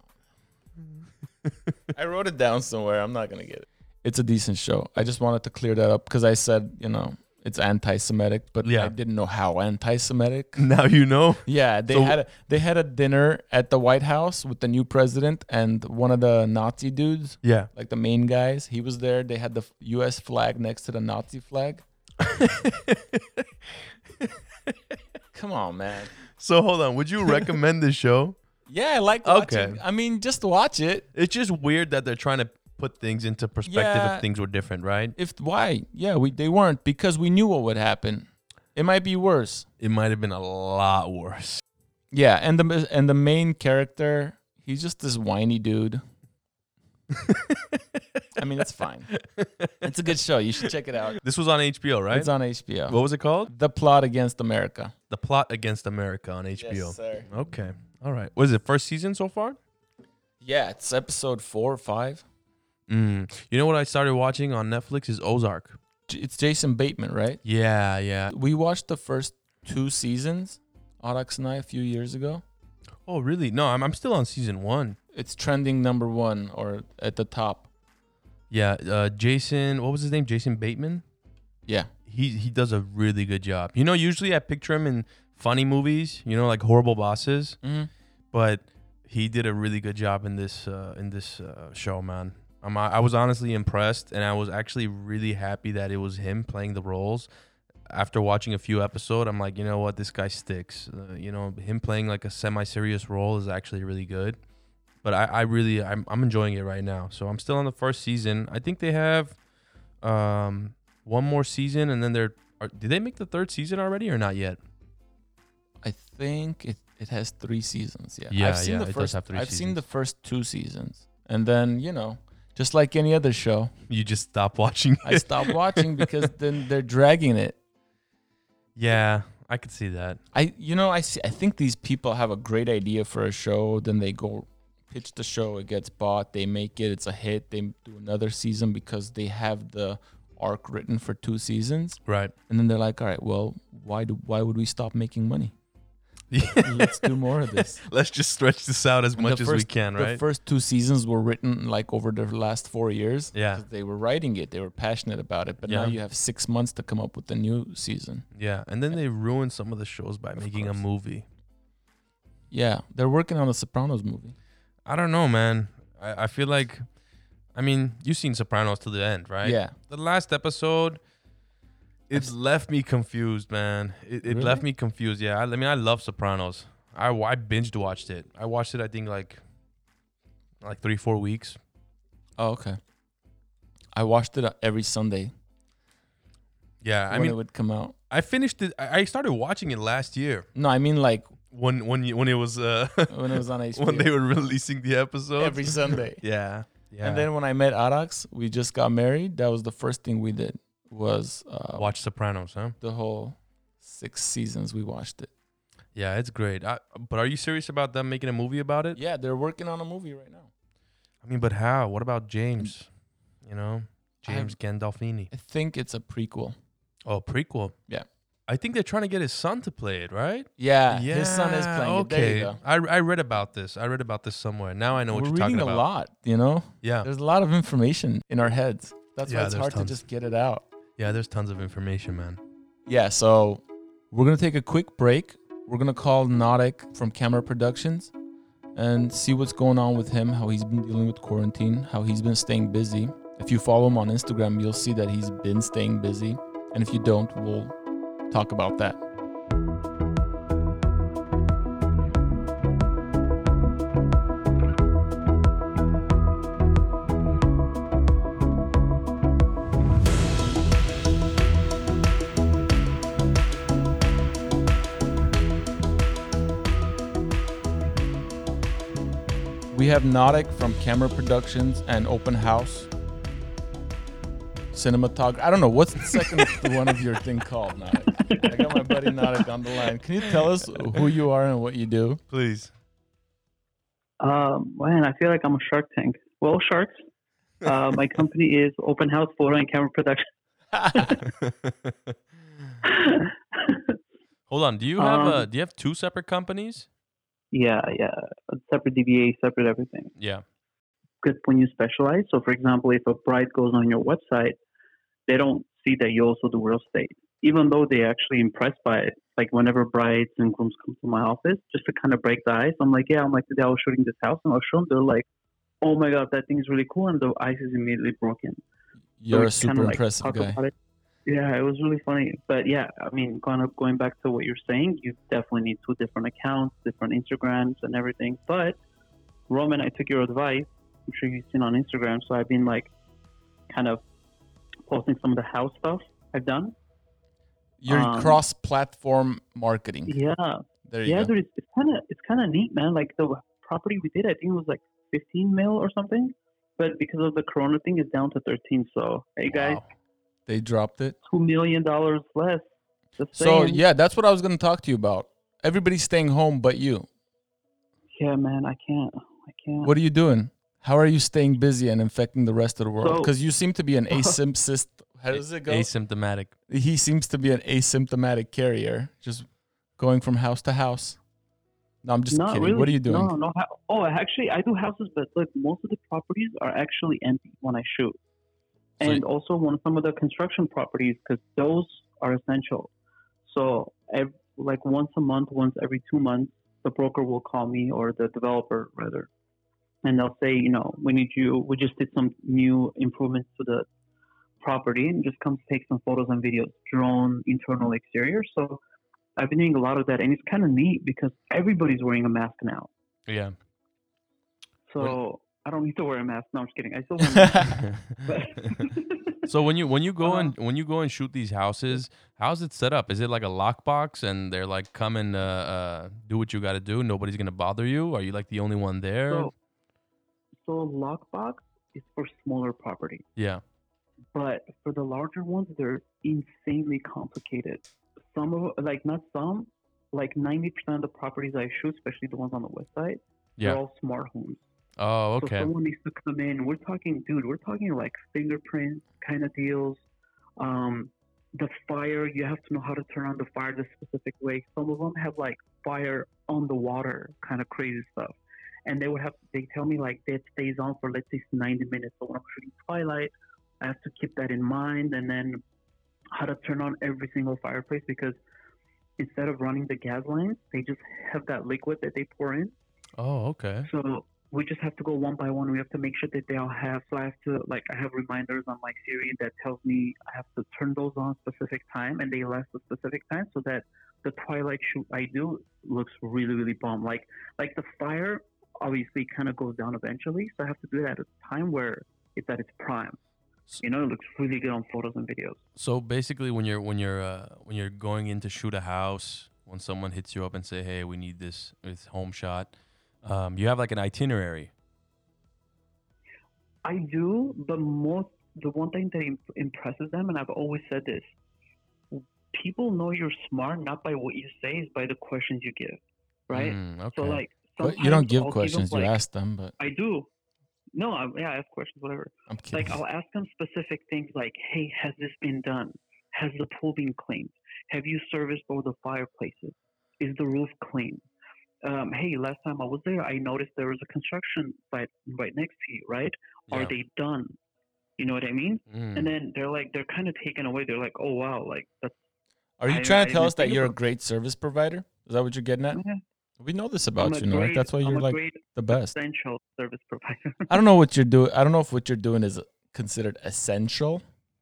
[SPEAKER 2] know. I wrote it down somewhere. I'm not gonna get it. It's a decent show. I just wanted to clear that up because I said, you know, it's anti-Semitic, but
[SPEAKER 3] Yeah.
[SPEAKER 2] I didn't know how anti-Semitic.
[SPEAKER 3] Now you know.
[SPEAKER 2] Yeah, they
[SPEAKER 3] So-
[SPEAKER 2] had a, they had a dinner at the White House with the new president and one of the Nazi dudes,
[SPEAKER 3] Yeah.
[SPEAKER 2] like the main guys. He was there. They had the f- U.S. flag next to the Nazi flag. Come on, man.
[SPEAKER 3] So hold on. Would you recommend this show?
[SPEAKER 2] Yeah, I like
[SPEAKER 3] Okay.
[SPEAKER 2] watching. I mean, just watch it.
[SPEAKER 3] It's just weird that they're trying to put things into perspective
[SPEAKER 2] Yeah.
[SPEAKER 3] if things were different, right?
[SPEAKER 2] if why yeah we they weren't because we knew what would happen it might be worse
[SPEAKER 3] It might have been a lot worse.
[SPEAKER 2] yeah and the and the main character he's just this whiny dude i mean it's fine it's a good show you should check it out
[SPEAKER 3] This was on HBO, right?
[SPEAKER 2] it's on hbo
[SPEAKER 3] what was it called?
[SPEAKER 2] the plot against america
[SPEAKER 3] The Plot Against America on HBO.
[SPEAKER 2] sir
[SPEAKER 3] Okay. All right. Was it first season so far?
[SPEAKER 2] yeah it's episode four or five
[SPEAKER 3] Mm. You know what I started watching on Netflix is Ozark.
[SPEAKER 2] J- it's jason bateman right
[SPEAKER 3] Yeah, yeah.
[SPEAKER 2] we watched the first two seasons Alex and i a few years ago
[SPEAKER 3] Oh, really? No, I'm, I'm still on season one.
[SPEAKER 2] it's trending number one or at the top
[SPEAKER 3] Yeah, uh, Jason. What was his name? Jason Bateman.
[SPEAKER 2] yeah
[SPEAKER 3] He he does a really good job. You know, usually I picture him in funny movies. You know, like horrible bosses,
[SPEAKER 2] mm-hmm.
[SPEAKER 3] but he did a really good job in this uh, in this uh, show, man. Um, I, I was honestly impressed, and I was actually really happy that it was him playing the roles. After watching a few episodes, I'm like, you know what, this guy sticks. Uh, you know, him playing like a semi-serious role is actually really good. But I, I really, I'm, I'm enjoying it right now. So I'm still on the first season. I think they have um, one more season, and then they're. Are, did they make the third season already or not yet?
[SPEAKER 2] I think it, it has three seasons. Yeah,
[SPEAKER 3] Yeah,
[SPEAKER 2] I've seen
[SPEAKER 3] yeah,
[SPEAKER 2] the
[SPEAKER 3] it does
[SPEAKER 2] first,
[SPEAKER 3] have three
[SPEAKER 2] I've seen
[SPEAKER 3] seasons.
[SPEAKER 2] the first two seasons, and then you know, just like any other show,
[SPEAKER 3] You just stop watching.
[SPEAKER 2] I stopped watching because then they're dragging it.
[SPEAKER 3] yeah, I could see that.
[SPEAKER 2] I, you know, I see, I think these people have a great idea for a show, then they go pitch the show, it gets bought, they make it, it's a hit, they do another season because they have the arc written for two seasons,
[SPEAKER 3] Right.
[SPEAKER 2] and then they're like, all right, well, why do why would we stop making money? Let's do more of this.
[SPEAKER 3] Let's just stretch this out as
[SPEAKER 2] And
[SPEAKER 3] much
[SPEAKER 2] the
[SPEAKER 3] as we
[SPEAKER 2] first-
[SPEAKER 3] can,
[SPEAKER 2] The
[SPEAKER 3] right?
[SPEAKER 2] first two seasons were written like over the last four years.
[SPEAKER 3] Yeah.
[SPEAKER 2] 'cause They were writing it. They were passionate about it. But now
[SPEAKER 3] Yeah.
[SPEAKER 2] you have six months to come up with a new season.
[SPEAKER 3] yeah, and then they ruined some of the shows by making a
[SPEAKER 2] course.
[SPEAKER 3] movie.
[SPEAKER 2] Yeah. They're working on the Sopranos movie.
[SPEAKER 3] I don't know, man. I, I feel like, I mean, you've seen Sopranos to the end, right?
[SPEAKER 2] Yeah.
[SPEAKER 3] The last episode, it left me confused, man. It, it left me confused. Yeah, I, I mean, I love Sopranos. I I binged watched it. I watched it, I think, like, like three four weeks.
[SPEAKER 2] Oh, okay. I watched it uh, every Sunday
[SPEAKER 3] Yeah, I
[SPEAKER 2] when
[SPEAKER 3] mean,
[SPEAKER 2] it would come out.
[SPEAKER 3] I finished it. I I started watching it last year
[SPEAKER 2] No, I mean like
[SPEAKER 3] when when you, when it was uh
[SPEAKER 2] when it was on HBO
[SPEAKER 3] when they were releasing the episode.
[SPEAKER 2] Oh, every Sunday.
[SPEAKER 3] yeah, yeah.
[SPEAKER 2] And then when I met Arax, we just got married. That was the first thing we did was uh,
[SPEAKER 3] watch Sopranos, huh?
[SPEAKER 2] the whole six seasons. We watched it.
[SPEAKER 3] Yeah, it's great. I, but are you serious about them making a movie about it?
[SPEAKER 2] Yeah, they're working on a movie right now.
[SPEAKER 3] I mean, but how? What about James? You know, James Gandolfini.
[SPEAKER 2] I think it's a prequel.
[SPEAKER 3] Oh, prequel.
[SPEAKER 2] Yeah.
[SPEAKER 3] I think they're trying to get his son to play it, right?
[SPEAKER 2] Yeah, his son is playing it. There you go.
[SPEAKER 3] I, I read about this. I read about this somewhere. Now I know what
[SPEAKER 2] We're
[SPEAKER 3] you're talking
[SPEAKER 2] reading a
[SPEAKER 3] about.
[SPEAKER 2] lot, you know.
[SPEAKER 3] Yeah.
[SPEAKER 2] There's a lot of information in our heads. That's
[SPEAKER 3] Yeah,
[SPEAKER 2] why it's
[SPEAKER 3] there's
[SPEAKER 2] hard
[SPEAKER 3] tons.
[SPEAKER 2] to just get it out.
[SPEAKER 3] yeah, there's tons of information, man.
[SPEAKER 2] Yeah, so we're gonna take a quick break. We're gonna call Nautic from Camera Productions and see what's going on with him, how he's been dealing with quarantine, how he's been staying busy. If you follow him on Instagram, you'll see that he's been staying busy. And if you don't, we'll talk about that. We have Nautic from Camera Productions and Open House Cinematography. I don't know what's the second one of your thing called, Nautic. I got my buddy Nautic on the line. Can you tell us who you are and what you do?
[SPEAKER 3] Please.
[SPEAKER 4] Um, man, I feel like I'm a Shark Tank. Well, sharks. Uh, my company is Open House Photo and Camera Production.
[SPEAKER 3] Hold on. Do you have
[SPEAKER 4] Um,
[SPEAKER 3] uh, do you have two separate companies?
[SPEAKER 4] yeah, yeah. Separate DBA, separate everything.
[SPEAKER 3] Yeah.
[SPEAKER 4] Because when you specialize, so for example, if a bride goes on your website, they don't see that you also do real estate, even though they're actually impressed by it. Like whenever brides and grooms come to my office, just to kind of break the ice, I'm like, yeah, I'm like today I was shooting this house, and I'll show them. They're like, oh my god, that thing's really cool, and the ice is immediately broken. So
[SPEAKER 2] You're a
[SPEAKER 4] we kinda,
[SPEAKER 2] super
[SPEAKER 4] like,
[SPEAKER 2] impressive
[SPEAKER 4] talk
[SPEAKER 2] guy.
[SPEAKER 4] about it. Yeah, it was really funny. But yeah, I mean, going up, going back to what you're saying, you definitely need two different accounts, different Instagrams, and everything. But Roman, I took your advice. I'm sure you've seen on Instagram. So I've been like, kind of posting some of the house stuff I've done.
[SPEAKER 2] You're
[SPEAKER 4] Um,
[SPEAKER 2] cross-platform marketing.
[SPEAKER 4] Yeah,
[SPEAKER 2] There you
[SPEAKER 4] yeah,
[SPEAKER 2] go.
[SPEAKER 4] dude, it's- it's kind of it's kind of neat, man. Like the property we did, I think it was like 15 mil or something. But because of the Corona thing, it's down to 13. So hey, guys,
[SPEAKER 3] Wow.
[SPEAKER 2] They dropped it.
[SPEAKER 4] two million dollars less. Just
[SPEAKER 2] So
[SPEAKER 4] saying.
[SPEAKER 2] yeah, that's what I was going to talk to you about. Everybody's staying home but you.
[SPEAKER 4] Yeah, man, I can't. I can't.
[SPEAKER 2] What are you doing? How are you staying busy and infecting the rest of the world?
[SPEAKER 4] So-
[SPEAKER 2] Because you seem to be an asympsist. How does it go?
[SPEAKER 3] Asymptomatic.
[SPEAKER 2] he seems to be an asymptomatic carrier, just going from house to house. No, I'm just
[SPEAKER 4] Not
[SPEAKER 2] kidding.
[SPEAKER 4] really.
[SPEAKER 2] What are you doing?
[SPEAKER 4] No, no. ho- Oh, actually, I do houses, but look, most of the properties are actually empty when I shoot,
[SPEAKER 2] So-
[SPEAKER 4] and also one some of the construction properties because those are essential. So, ev like once a month, once every two months, the broker will call me or the developer rather, and they'll say, you know, we need you. We just did some new improvements to the property, and just come take some photos and videos, drone, internal, exterior. So I've been doing a lot of that, and it's kind of neat because everybody's wearing a mask now.
[SPEAKER 3] Yeah.
[SPEAKER 4] So
[SPEAKER 3] What-
[SPEAKER 4] I don't need to wear a mask. No, I'm just kidding. I still wear a mask. but-
[SPEAKER 3] so when you when you go
[SPEAKER 4] Uh-huh.
[SPEAKER 3] and when you go and shoot these houses, how's it set up? Is it like a lockbox and they're like come and uh, uh, do what you got to do? Nobody's gonna bother you. Are you like the only one there?
[SPEAKER 4] so, so lockbox is for smaller property,
[SPEAKER 3] yeah.
[SPEAKER 4] but for the larger ones, they're insanely complicated. Some of like not some, like 90% of the properties I shoot, especially the ones on the west side,
[SPEAKER 3] Yeah.
[SPEAKER 4] they're all smart homes.
[SPEAKER 3] Oh,
[SPEAKER 4] So
[SPEAKER 3] okay.
[SPEAKER 4] someone needs to come in. We're talking, dude. We're talking like fingerprint kind of deals. Um, the fire. You have to know how to turn on the fire the specific way. Some of them have like fire on the water kind of crazy stuff. And they would have. They tell me like that stays on for let's say 90 minutes. So when I'm shooting Twilight, I have to keep that in mind. And then how to turn on every single fireplace because instead of running the gas lines, they just have that liquid that they pour in.
[SPEAKER 3] Oh, okay.
[SPEAKER 4] So we just have to go one by one. We have to make sure that they all have. So I have to like I have reminders on my Siri that tells me I have to turn those on specific time, and they last a specific time, so that the twilight shoot I do looks really really bomb. Like like the fire obviously kind of goes down eventually, so I have to do it at a time where it's at its prime. You know, it looks really good on photos and videos.
[SPEAKER 3] So basically, when you're when you're uh, when you're going in to shoot a house, when someone hits you up and say, "Hey, we need this this home shot," um, you have like an itinerary.
[SPEAKER 4] I do, but most the one thing that im- impresses them, and I've always said this: people know you're smart not by what you say, it's by the questions you give, right?
[SPEAKER 3] Mm, okay.
[SPEAKER 4] So like,
[SPEAKER 2] But you don't
[SPEAKER 4] sometimes
[SPEAKER 2] give
[SPEAKER 4] I'll
[SPEAKER 2] questions.
[SPEAKER 4] them,
[SPEAKER 2] you
[SPEAKER 4] like-
[SPEAKER 2] ask them, but
[SPEAKER 4] I do. No, I, yeah, I have questions, whatever.
[SPEAKER 2] I'm kidding.
[SPEAKER 4] Like I'll ask them specific things, like, "Hey, has this been done? Has the pool been cleaned? Have you serviced all the fireplaces? Is the roof clean?" Um, hey, last time I was there, I noticed there was a construction site right next to you, right? Are
[SPEAKER 3] Yeah.
[SPEAKER 4] they done? You know what I mean?
[SPEAKER 3] Mm.
[SPEAKER 4] And then they're like, they're kind of taken away. They're like, "Oh wow, like that's
[SPEAKER 2] Are you
[SPEAKER 4] I-
[SPEAKER 2] trying
[SPEAKER 4] I
[SPEAKER 2] to tell
[SPEAKER 4] didn't
[SPEAKER 2] us that
[SPEAKER 4] think
[SPEAKER 2] you're a
[SPEAKER 4] about-
[SPEAKER 2] great service provider? Is that what you're getting at?
[SPEAKER 4] Yeah.
[SPEAKER 2] We know this
[SPEAKER 4] I'm
[SPEAKER 2] about
[SPEAKER 4] a
[SPEAKER 2] you, know, right?
[SPEAKER 4] great,
[SPEAKER 2] That's why
[SPEAKER 4] I'm
[SPEAKER 2] you're
[SPEAKER 4] a
[SPEAKER 2] like
[SPEAKER 4] great
[SPEAKER 2] the best.
[SPEAKER 4] essential service provider."
[SPEAKER 2] I don't know what you're doing. I don't know if what you're doing is considered essential.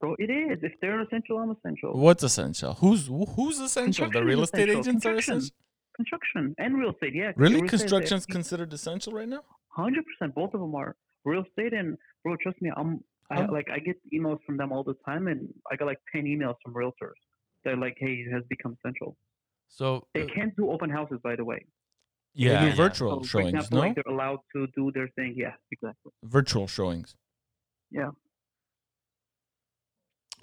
[SPEAKER 4] so it is. If they're essential, I'm essential.
[SPEAKER 2] What's essential? Who's who's essential? The
[SPEAKER 4] Construction
[SPEAKER 2] real
[SPEAKER 4] is
[SPEAKER 2] estate
[SPEAKER 4] essential.
[SPEAKER 2] agents are
[SPEAKER 4] Construction.
[SPEAKER 2] essential.
[SPEAKER 4] Construction and real estate, yeah.
[SPEAKER 2] Really,
[SPEAKER 4] real estate is
[SPEAKER 2] construction's
[SPEAKER 4] it.
[SPEAKER 2] considered essential right now.
[SPEAKER 4] Hundred percent. Both of them are real estate, and bro, trust me, I'm I,
[SPEAKER 2] How-
[SPEAKER 4] like I get emails from them all the time, and I got like ten emails from realtors. They're like, "Hey, it has become central."
[SPEAKER 3] So
[SPEAKER 4] They can't do open houses, by the way.
[SPEAKER 3] Yeah,
[SPEAKER 2] they
[SPEAKER 3] yeah.
[SPEAKER 2] do virtual
[SPEAKER 4] So, for
[SPEAKER 2] showings,
[SPEAKER 4] example,
[SPEAKER 2] no?
[SPEAKER 4] like they're allowed to do their thing. Yeah, exactly.
[SPEAKER 2] virtual showings.
[SPEAKER 4] Yeah.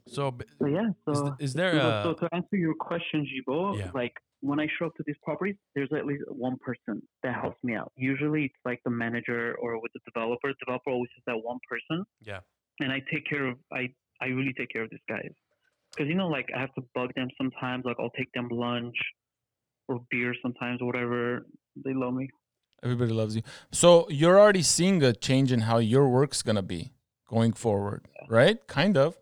[SPEAKER 3] so b-
[SPEAKER 4] So yeah. So
[SPEAKER 3] is, th- is there
[SPEAKER 4] So-
[SPEAKER 3] a
[SPEAKER 4] so to answer your question, Jibo,
[SPEAKER 3] Yeah.
[SPEAKER 4] like when I show up to these properties, there's at least one person that helps me out. Usually it's like the manager or with the developer. developer always has that one person.
[SPEAKER 3] Yeah.
[SPEAKER 4] And I take care of I I really take care of these guys because you know like I have to bug them sometimes. Like I'll take them lunch or beer sometimes or whatever. They love me.
[SPEAKER 2] Everybody loves you. So you're already seeing a change in how your work's gonna be going forward, right? Kind of.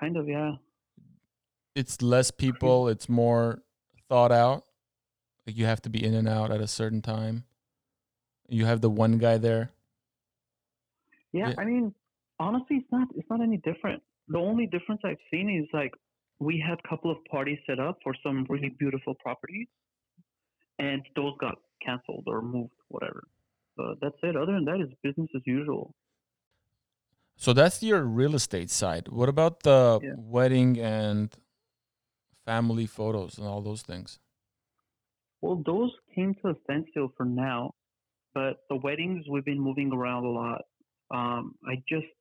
[SPEAKER 4] Kind of yeah.
[SPEAKER 2] It's less people. It's more thought out. Like you have to be in and out at a certain time. You have the one guy there.
[SPEAKER 4] Yeah,
[SPEAKER 2] Yeah.
[SPEAKER 4] I mean, honestly, it's not it's not any different. The only difference I've seen is like we had a couple of parties set up for some really beautiful properties, and those got canceled or moved, whatever. So that's it. Other than that, it's business as usual.
[SPEAKER 2] So that's your real estate side. What about the
[SPEAKER 4] Yeah.
[SPEAKER 2] wedding and family photos and all those things?
[SPEAKER 4] Well, those came to a standstill for now, but the weddings we've been moving around a lot. Um, I just,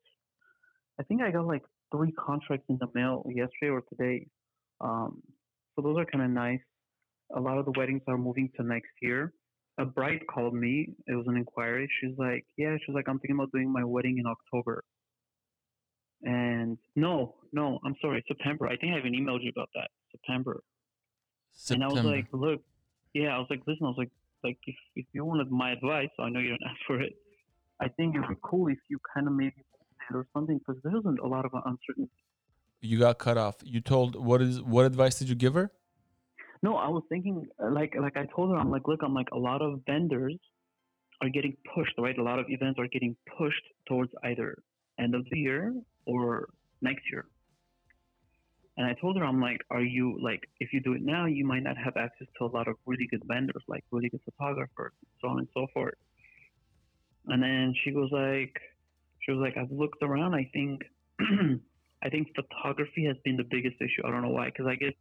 [SPEAKER 4] I think I got like three contracts in the mail yesterday or today. Um, so those are kind of nice. A lot of the weddings are moving to next year. A bride called me. It was an inquiry. She's like, yeah, she's like, I'm thinking about doing my wedding in October. And no, no, I'm sorry, September. I think I even emailed you about that. September.
[SPEAKER 2] September.
[SPEAKER 4] And I was like, look, yeah, I was like, listen, I was like, like if, if you wanted my advice, I know you don't ask for it. I think it would be cool if you kind of maybe hold it or something because there isn't a lot of uncertainty.
[SPEAKER 2] you got cut off. You told what is what advice did you give her?
[SPEAKER 4] No, I was thinking uh, like like I told her, I'm like, look, I'm like a lot of vendors are getting pushed, right? A lot of events are getting pushed towards either end of the year or next year. And I told her, I'm like, are you like, if you do it now, you might not have access to a lot of really good vendors, like really good photographers, so on and so forth. And then she was like, she was like, I've looked around. I think, I think photography has been the biggest issue. I don't know why, because I guess,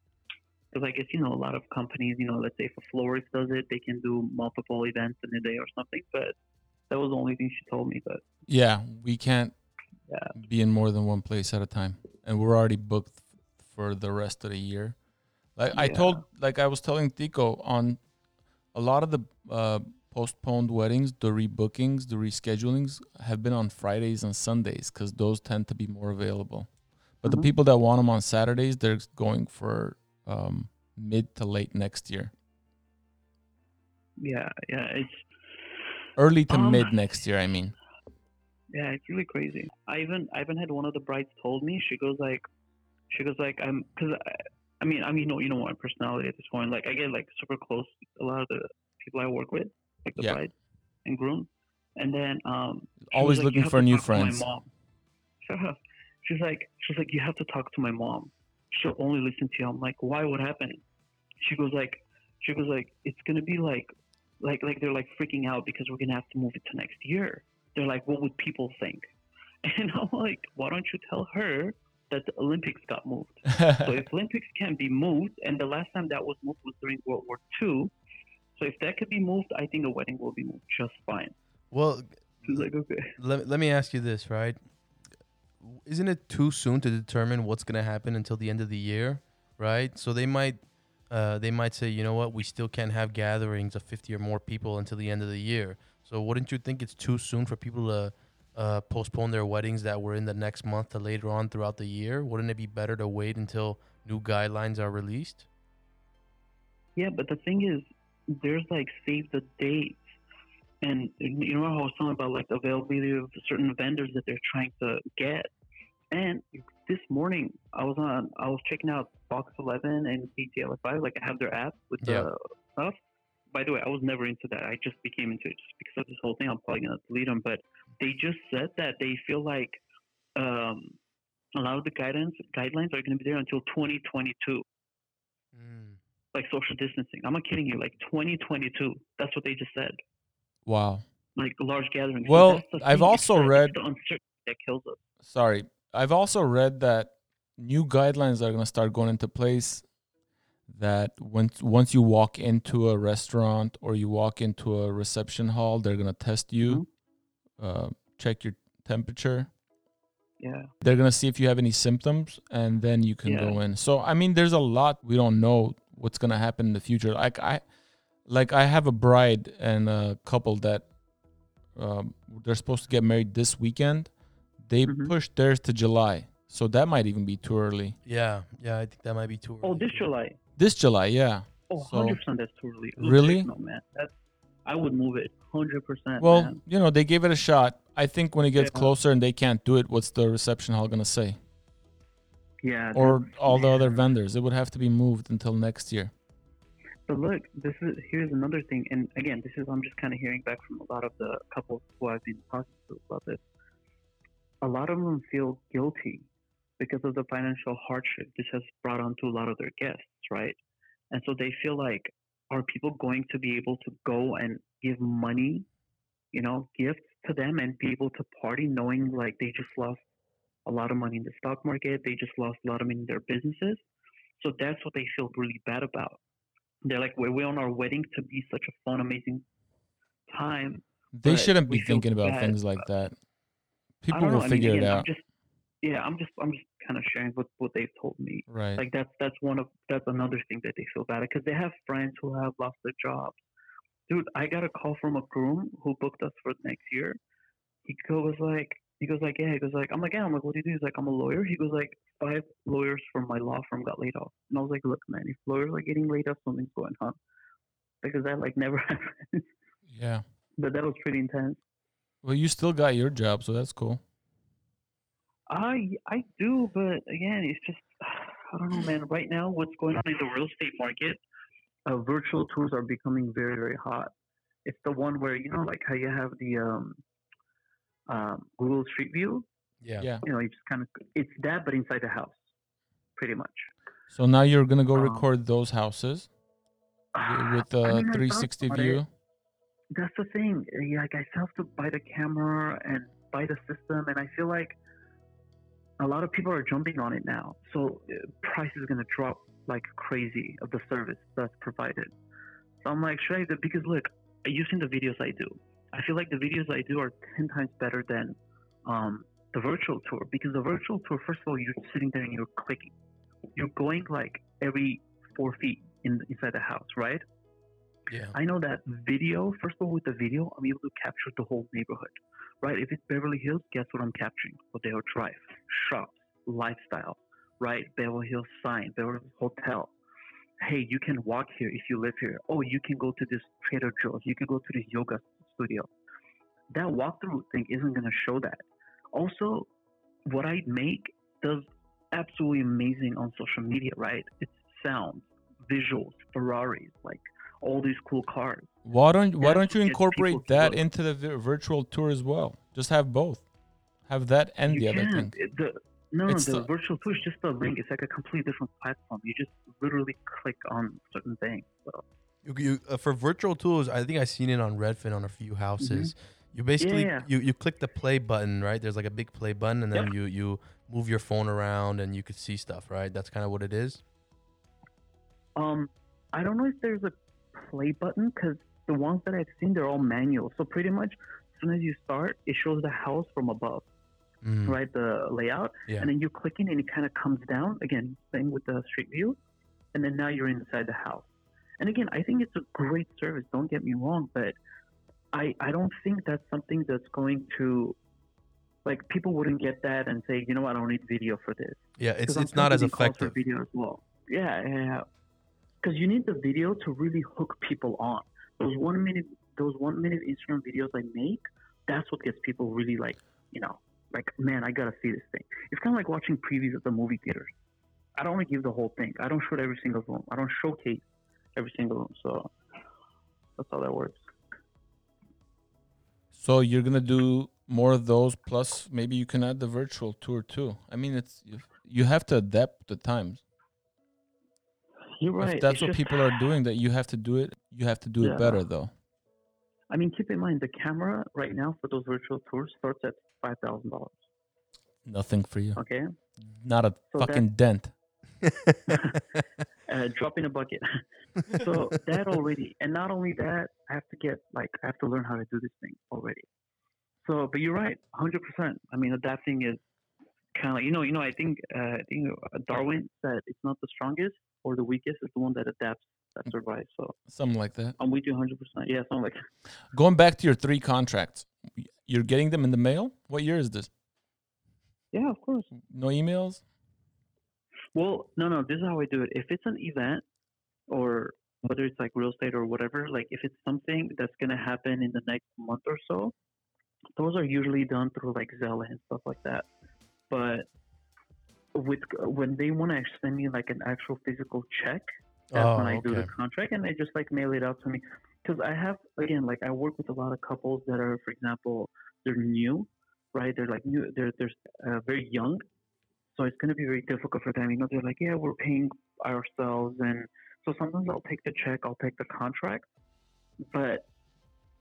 [SPEAKER 4] because I guess you know a lot of companies, you know, let's say if a florist does it, they can do multiple events in a day or something. But that was the only thing she told me. But
[SPEAKER 2] Yeah, we can't
[SPEAKER 4] Yeah.
[SPEAKER 2] be in more than one place at a time, and we're already booked for the rest of the year. Like I
[SPEAKER 4] Yeah.
[SPEAKER 2] told, like I was telling Tico on a lot of the uh, postponed weddings, the rebookings, the reschedulings have been on Fridays and Sundays because those tend to be more available. But the
[SPEAKER 4] Mhm.
[SPEAKER 2] people that want them on Saturdays, they're going for um, mid to late next year,
[SPEAKER 4] yeah, yeah, it's
[SPEAKER 2] early to
[SPEAKER 4] Um,
[SPEAKER 2] mid next year. I mean.
[SPEAKER 4] Yeah, it's really crazy. I even I even had one of the brides told me she goes like, she goes like I'm because I, I mean I mean you know you know my personality at this point like I get like super close with a lot of the people I work with like the
[SPEAKER 2] Yeah.
[SPEAKER 4] bride and groom, and then um she was
[SPEAKER 2] Always
[SPEAKER 4] like, "You
[SPEAKER 2] looking
[SPEAKER 4] have
[SPEAKER 2] for
[SPEAKER 4] to
[SPEAKER 2] new
[SPEAKER 4] talk to my
[SPEAKER 2] friends.
[SPEAKER 4] mom." Shut up. She's like she's like you have to talk to my mom. She'll only listen to you. I'm like why? What happened? She goes like she goes like it's gonna be like like like they're like freaking out because we're gonna have to move it to next year they're like, what would people think? And I'm like, why don't you tell her that the Olympics got moved? so if Olympics can be moved, and the last time that was moved was during World War II, so if that could be moved, I think a wedding will be moved just fine.
[SPEAKER 3] Well,
[SPEAKER 4] She's like, okay.
[SPEAKER 3] let, let me ask you this, right? Isn't it too soon to determine what's going to happen until the end of the year, right? So they might uh, they might say, you know what, we still can't have gatherings of 50 or more people until the end of the year. So wouldn't you think it's too soon for people to uh, postpone their weddings that were in the next month to later on throughout the year? Wouldn't it be better to wait until new guidelines are released?
[SPEAKER 4] Yeah, but the thing is, there's like save the dates, and you know how I was talking about like the availability of certain vendors that they're trying to get. And this morning, I was on, I was checking out Box Eleven and KTLF5. Like I have their app with
[SPEAKER 3] Yeah.
[SPEAKER 4] the stuff. By the way, I was never into that. I just became into it just because of this whole thing. I'm probably gonna delete them, but they just said that they feel like um, a lot of the guidance guidelines are going to be there until 2022 Mm. like social distancing. I'm not kidding you. Like 2022. That's what they just said.
[SPEAKER 2] wow.
[SPEAKER 4] Like large gatherings. So
[SPEAKER 2] Well,
[SPEAKER 4] that's the
[SPEAKER 2] I've
[SPEAKER 4] thing, it's
[SPEAKER 2] also
[SPEAKER 4] the- it's
[SPEAKER 2] read-
[SPEAKER 4] the uncertainty that kills us.
[SPEAKER 2] Sorry. I've also read that new guidelines are going to start going into place that once once you walk into a restaurant or you walk into a reception hall, they're going to test you, uh, check your temperature.
[SPEAKER 4] Yeah.
[SPEAKER 2] They're going to see if you have any symptoms and then you can go in. So I mean there's a lot we don't know what's going to happen in the future. Like I like I have a bride and a couple that um, they're supposed to get married this weekend. They
[SPEAKER 4] Mhm.
[SPEAKER 2] pushed theirs to July. So that might even be too early.
[SPEAKER 3] Yeah, yeah, I think that might be too early.
[SPEAKER 4] Oh, this July.
[SPEAKER 2] This July, yeah.
[SPEAKER 4] Oh,
[SPEAKER 2] So-
[SPEAKER 4] 100% that's too early. Ooh,
[SPEAKER 2] Really?
[SPEAKER 4] No, man. That's, I would move it 100%.
[SPEAKER 2] Well,
[SPEAKER 4] man.
[SPEAKER 2] you know, they gave it a shot. I think when it gets
[SPEAKER 4] Yeah.
[SPEAKER 2] closer and they can't do it, what's the reception hall going to say?
[SPEAKER 4] yeah.
[SPEAKER 2] Or
[SPEAKER 4] that's-
[SPEAKER 2] all the
[SPEAKER 4] man.
[SPEAKER 2] other vendors. It would have to be moved until next year.
[SPEAKER 4] But look, this is here's another thing, and again, this is I'm just kind of hearing back from a lot of the couples who I've been talking to about this. A lot of them feel guilty because of the financial hardship this has brought onto a lot of their guests, right? And so they feel like, are people going to be able to go and give money, you know, gifts to them and be able to party, knowing like they just lost a lot of money in the stock market, they just lost a lot of money in their businesses. So that's what they feel really bad about they're like, we we want our wedding to be such a fun, amazing time.
[SPEAKER 2] They
[SPEAKER 4] Right.
[SPEAKER 2] shouldn't
[SPEAKER 4] We
[SPEAKER 2] be
[SPEAKER 4] feel
[SPEAKER 2] thinking about
[SPEAKER 4] bad,
[SPEAKER 2] things like that.
[SPEAKER 4] I
[SPEAKER 2] People
[SPEAKER 4] don't know.
[SPEAKER 2] will
[SPEAKER 4] I mean,
[SPEAKER 2] figure
[SPEAKER 4] again,
[SPEAKER 2] it
[SPEAKER 4] I'm
[SPEAKER 2] out.
[SPEAKER 4] just, yeah, I'm just, I'm just kind of sharing what what they've told me.
[SPEAKER 2] right.
[SPEAKER 4] Like that's that's one of that's another thing that they feel bad because they have friends who have lost their jobs. Dude, I got a call from a groom who booked us for next year. He go- was like, he goes like, yeah, he goes like, I'm like, yeah, I'm like, what do you do? He's like, I'm a lawyer. He goes like, five lawyers from my law firm got laid off, and I was like, look, man, if lawyers are getting laid off, something's going on, because that like never happens.
[SPEAKER 2] yeah.
[SPEAKER 4] but that was pretty intense.
[SPEAKER 2] Well, you still got your job, so that's cool.
[SPEAKER 4] I I do, but again, it's just I don't know, man. Right now, what's going on in the real estate market? Uh, virtual tours are becoming very very hot. It's the one where you know, like how you have the um, um, Google Street View.
[SPEAKER 3] Yeah.
[SPEAKER 2] Yeah.
[SPEAKER 4] You know, you just kind of it's that, but inside the house, pretty much.
[SPEAKER 2] So now you're going to go
[SPEAKER 4] Um,
[SPEAKER 2] record those houses wi- with
[SPEAKER 4] I
[SPEAKER 2] a
[SPEAKER 4] mean, I thought
[SPEAKER 2] 360
[SPEAKER 4] about it.
[SPEAKER 2] view.
[SPEAKER 4] that's the thing. Yeah, Like I still have to buy the camera and buy the system, and I feel like a lot of people are jumping on it now. So uh, price is gonna drop like crazy of the service that's provided. So I'm like, should I? do- Because look, you've seen the videos I do. I feel like the videos I do are ten times better than um, the virtual tour because the virtual tour, first of all, you're sitting there and you're clicking. You're going like every four feet in, inside the house, right?
[SPEAKER 3] Yeah.
[SPEAKER 4] I know that video, first of all, with the video, I'm able to capture the whole neighborhood, right? If it's Beverly Hills, guess what I'm capturing? Rodeo Drive, shops, lifestyle, right? Beverly Hills sign, Beverly Hills hotel. Hey, you can walk here if you live here. Oh, you can go to this Trader Joe's. You can go to this yoga studio. That walkthrough thing isn't going to show that. Also, what I make does absolutely amazing on social media, right? It's sound, visuals, Ferraris, like all these cool cars.
[SPEAKER 2] Why don't why
[SPEAKER 4] That's
[SPEAKER 2] don't you
[SPEAKER 4] what gets
[SPEAKER 2] incorporate
[SPEAKER 4] people to
[SPEAKER 2] that
[SPEAKER 4] go.
[SPEAKER 2] into the vi- virtual tour as well? Just have both. Have that and
[SPEAKER 4] you
[SPEAKER 2] the other
[SPEAKER 4] can't-
[SPEAKER 2] thing.
[SPEAKER 4] it- The, no,
[SPEAKER 2] It's
[SPEAKER 4] the
[SPEAKER 2] the-
[SPEAKER 4] virtual tour is just a link. It's like a completely different platform. You just literally click on certain things. So,
[SPEAKER 3] You, you, uh, for virtual tours, I think i seen it on Redfin on a few houses. You basically
[SPEAKER 4] Mm-hmm. Yeah.
[SPEAKER 3] you you click the play button, right? There's like a big play button, and then you you move your phone around, and you could see stuff, right? That's kind of what it is.
[SPEAKER 4] Um, I don't know if there's a play button because the ones that I've seen they're all manual. So pretty much, as soon as you start, it shows the house from above,
[SPEAKER 2] Hmm.
[SPEAKER 3] Mm.
[SPEAKER 4] right? The layout,
[SPEAKER 3] Yeah.
[SPEAKER 4] and then you click in, and it kind of comes down again, same with the street view, and then now you're inside the house. And again, I think it's a great service. Don't get me wrong, but I I don't think that's something that's going to like people wouldn't get that and say, you know, what, I don't need video for this.
[SPEAKER 3] Yeah, it's
[SPEAKER 4] 'Cause I'm
[SPEAKER 3] it's not as
[SPEAKER 4] constantly calls for
[SPEAKER 3] effective.
[SPEAKER 4] Video as well. Yeah, yeah, yeah. Because you need the video to really hook people on. Those one minute, those one minute Instagram videos I make, that's what gets people really like, you know, like man, I gotta see this thing. It's kind of like watching previews at the movie theaters. I don't want to give the whole thing. I don't shoot every single room. I don't showcase every single room. So that's how that works.
[SPEAKER 2] So you're gonna do more of those. Plus, maybe you can add the virtual tour too. I mean, it's you- you have to adapt the times.
[SPEAKER 4] You're right.
[SPEAKER 2] If that's
[SPEAKER 4] It's
[SPEAKER 2] what
[SPEAKER 4] just-
[SPEAKER 2] people are doing, that you have to do it. You have to do
[SPEAKER 4] Yeah.
[SPEAKER 2] it better though.
[SPEAKER 4] I mean, keep in mind the camera right now for those virtual tours starts at five thousand dollars.
[SPEAKER 2] Nothing for you.
[SPEAKER 4] Okay.
[SPEAKER 2] Not a
[SPEAKER 4] So that-
[SPEAKER 2] fucking dent.
[SPEAKER 4] uh, drop in a bucket. so that already, and not only that, I have to get like I have to learn how to do this thing already. So, but you're right, 100. percent I mean, adapting is kind of like you know, you know. I think uh, I think Darwin said it's not the strongest or the weakest; it's the one that adapts that survives. So
[SPEAKER 2] Something like that.
[SPEAKER 4] I'm with you 100. percent Yeah, so I'm like
[SPEAKER 2] Going back to your three contracts, you're getting them in the mail. What year is this?
[SPEAKER 4] yeah, of course.
[SPEAKER 2] No emails.
[SPEAKER 4] Well, no, no. This is how I do it. If it's an event, or whether it's like real estate or whatever, like if it's something that's gonna happen in the next month or so, those are usually done through like Zella and stuff like that. But with when they want to send me like an actual physical check, that's
[SPEAKER 3] oh,
[SPEAKER 4] when I do the
[SPEAKER 3] okay.
[SPEAKER 4] contract and they just like mail it out to me. Because I have, again, like I work with a lot of couples that are, for example, they're new, right? They're like new, they're, they're uh, very young. So it's going to be very difficult for them. You know, they're like, yeah, we're paying ourselves. And so sometimes I'll take the check, I'll take the contract, but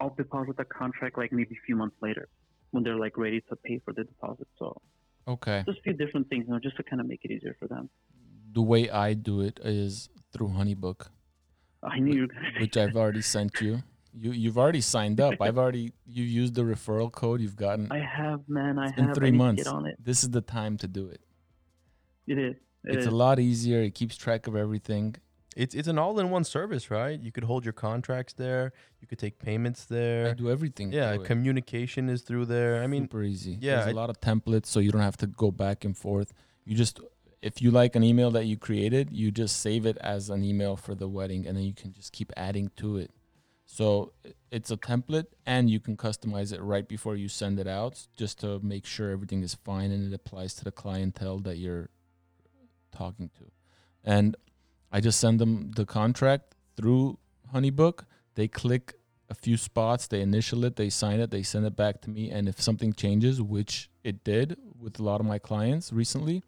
[SPEAKER 4] I'll deposit the contract like maybe a few months later when they're like ready to pay for the deposit. So
[SPEAKER 2] Okay.
[SPEAKER 4] just a few different things, you know, just to kind of make it easier for them.
[SPEAKER 2] The way I do it is through Honeybook,
[SPEAKER 4] I knew you were going to
[SPEAKER 2] which I've already sent you. You you've already signed up. I've already you used the referral code. You've gotten.
[SPEAKER 4] I have, man. I
[SPEAKER 2] It's
[SPEAKER 4] have
[SPEAKER 2] been
[SPEAKER 4] I
[SPEAKER 2] three
[SPEAKER 4] need to
[SPEAKER 2] months.
[SPEAKER 4] Get on it.
[SPEAKER 2] This is the time to do it.
[SPEAKER 4] It is. It
[SPEAKER 2] it's
[SPEAKER 4] is.
[SPEAKER 2] a lot easier. It keeps track of everything.
[SPEAKER 3] It's it's an all-in-one service, right? You could hold your contracts there. You could take payments
[SPEAKER 2] I
[SPEAKER 3] there.
[SPEAKER 2] do everything.
[SPEAKER 3] Yeah,
[SPEAKER 2] through it.
[SPEAKER 3] communication is through there. I mean,
[SPEAKER 2] super easy.
[SPEAKER 3] yeah,
[SPEAKER 2] there's a
[SPEAKER 3] I-
[SPEAKER 2] lot of templates, so you don't have to go back and forth. You just, if you like an email that you created, you just save it as an email for the wedding, and then you can just keep adding to it. So i- it's a template, and you can customize it right before you send it out, just to make sure everything is fine and it applies to the clientele that you're talking to. And I just send them the contract through HoneyBook. They click a few spots, they initial it, they sign it, they send it back to me. And if something changes, which it did with a lot of my clients recently,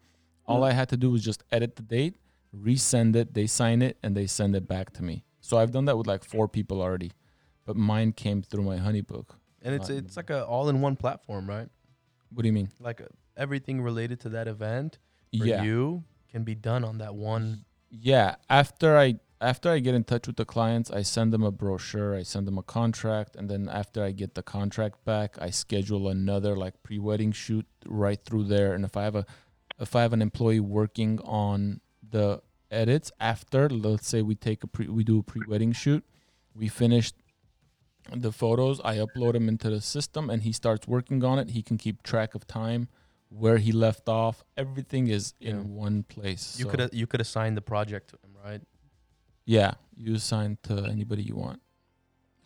[SPEAKER 2] all I had to do was just edit the date, resend it, they sign it, and they send it back to me. So I've done that with like four people already, but mine came through my HoneyBook.
[SPEAKER 3] and it's
[SPEAKER 2] Not-
[SPEAKER 3] it's like a all-in-one platform, right?
[SPEAKER 2] What do you mean?
[SPEAKER 3] Like uh, everything related to that event for
[SPEAKER 2] yeah.
[SPEAKER 3] you can be done on that one.
[SPEAKER 2] yeah after i after i get in touch with the clients i send them a brochure i send them a contract and then after i get the contract back i schedule another like pre-wedding shoot right through there and if i have a if i have an employee working on the edits after let's say we take a pre we do a pre-wedding shoot we finish the photos i upload them into the system and he starts working on it he can keep track of time where he left off everything is
[SPEAKER 3] Yeah.
[SPEAKER 2] in one place
[SPEAKER 3] You
[SPEAKER 2] so-
[SPEAKER 3] could could you could assign the project to him, right?
[SPEAKER 2] yeah, you assign to anybody you want.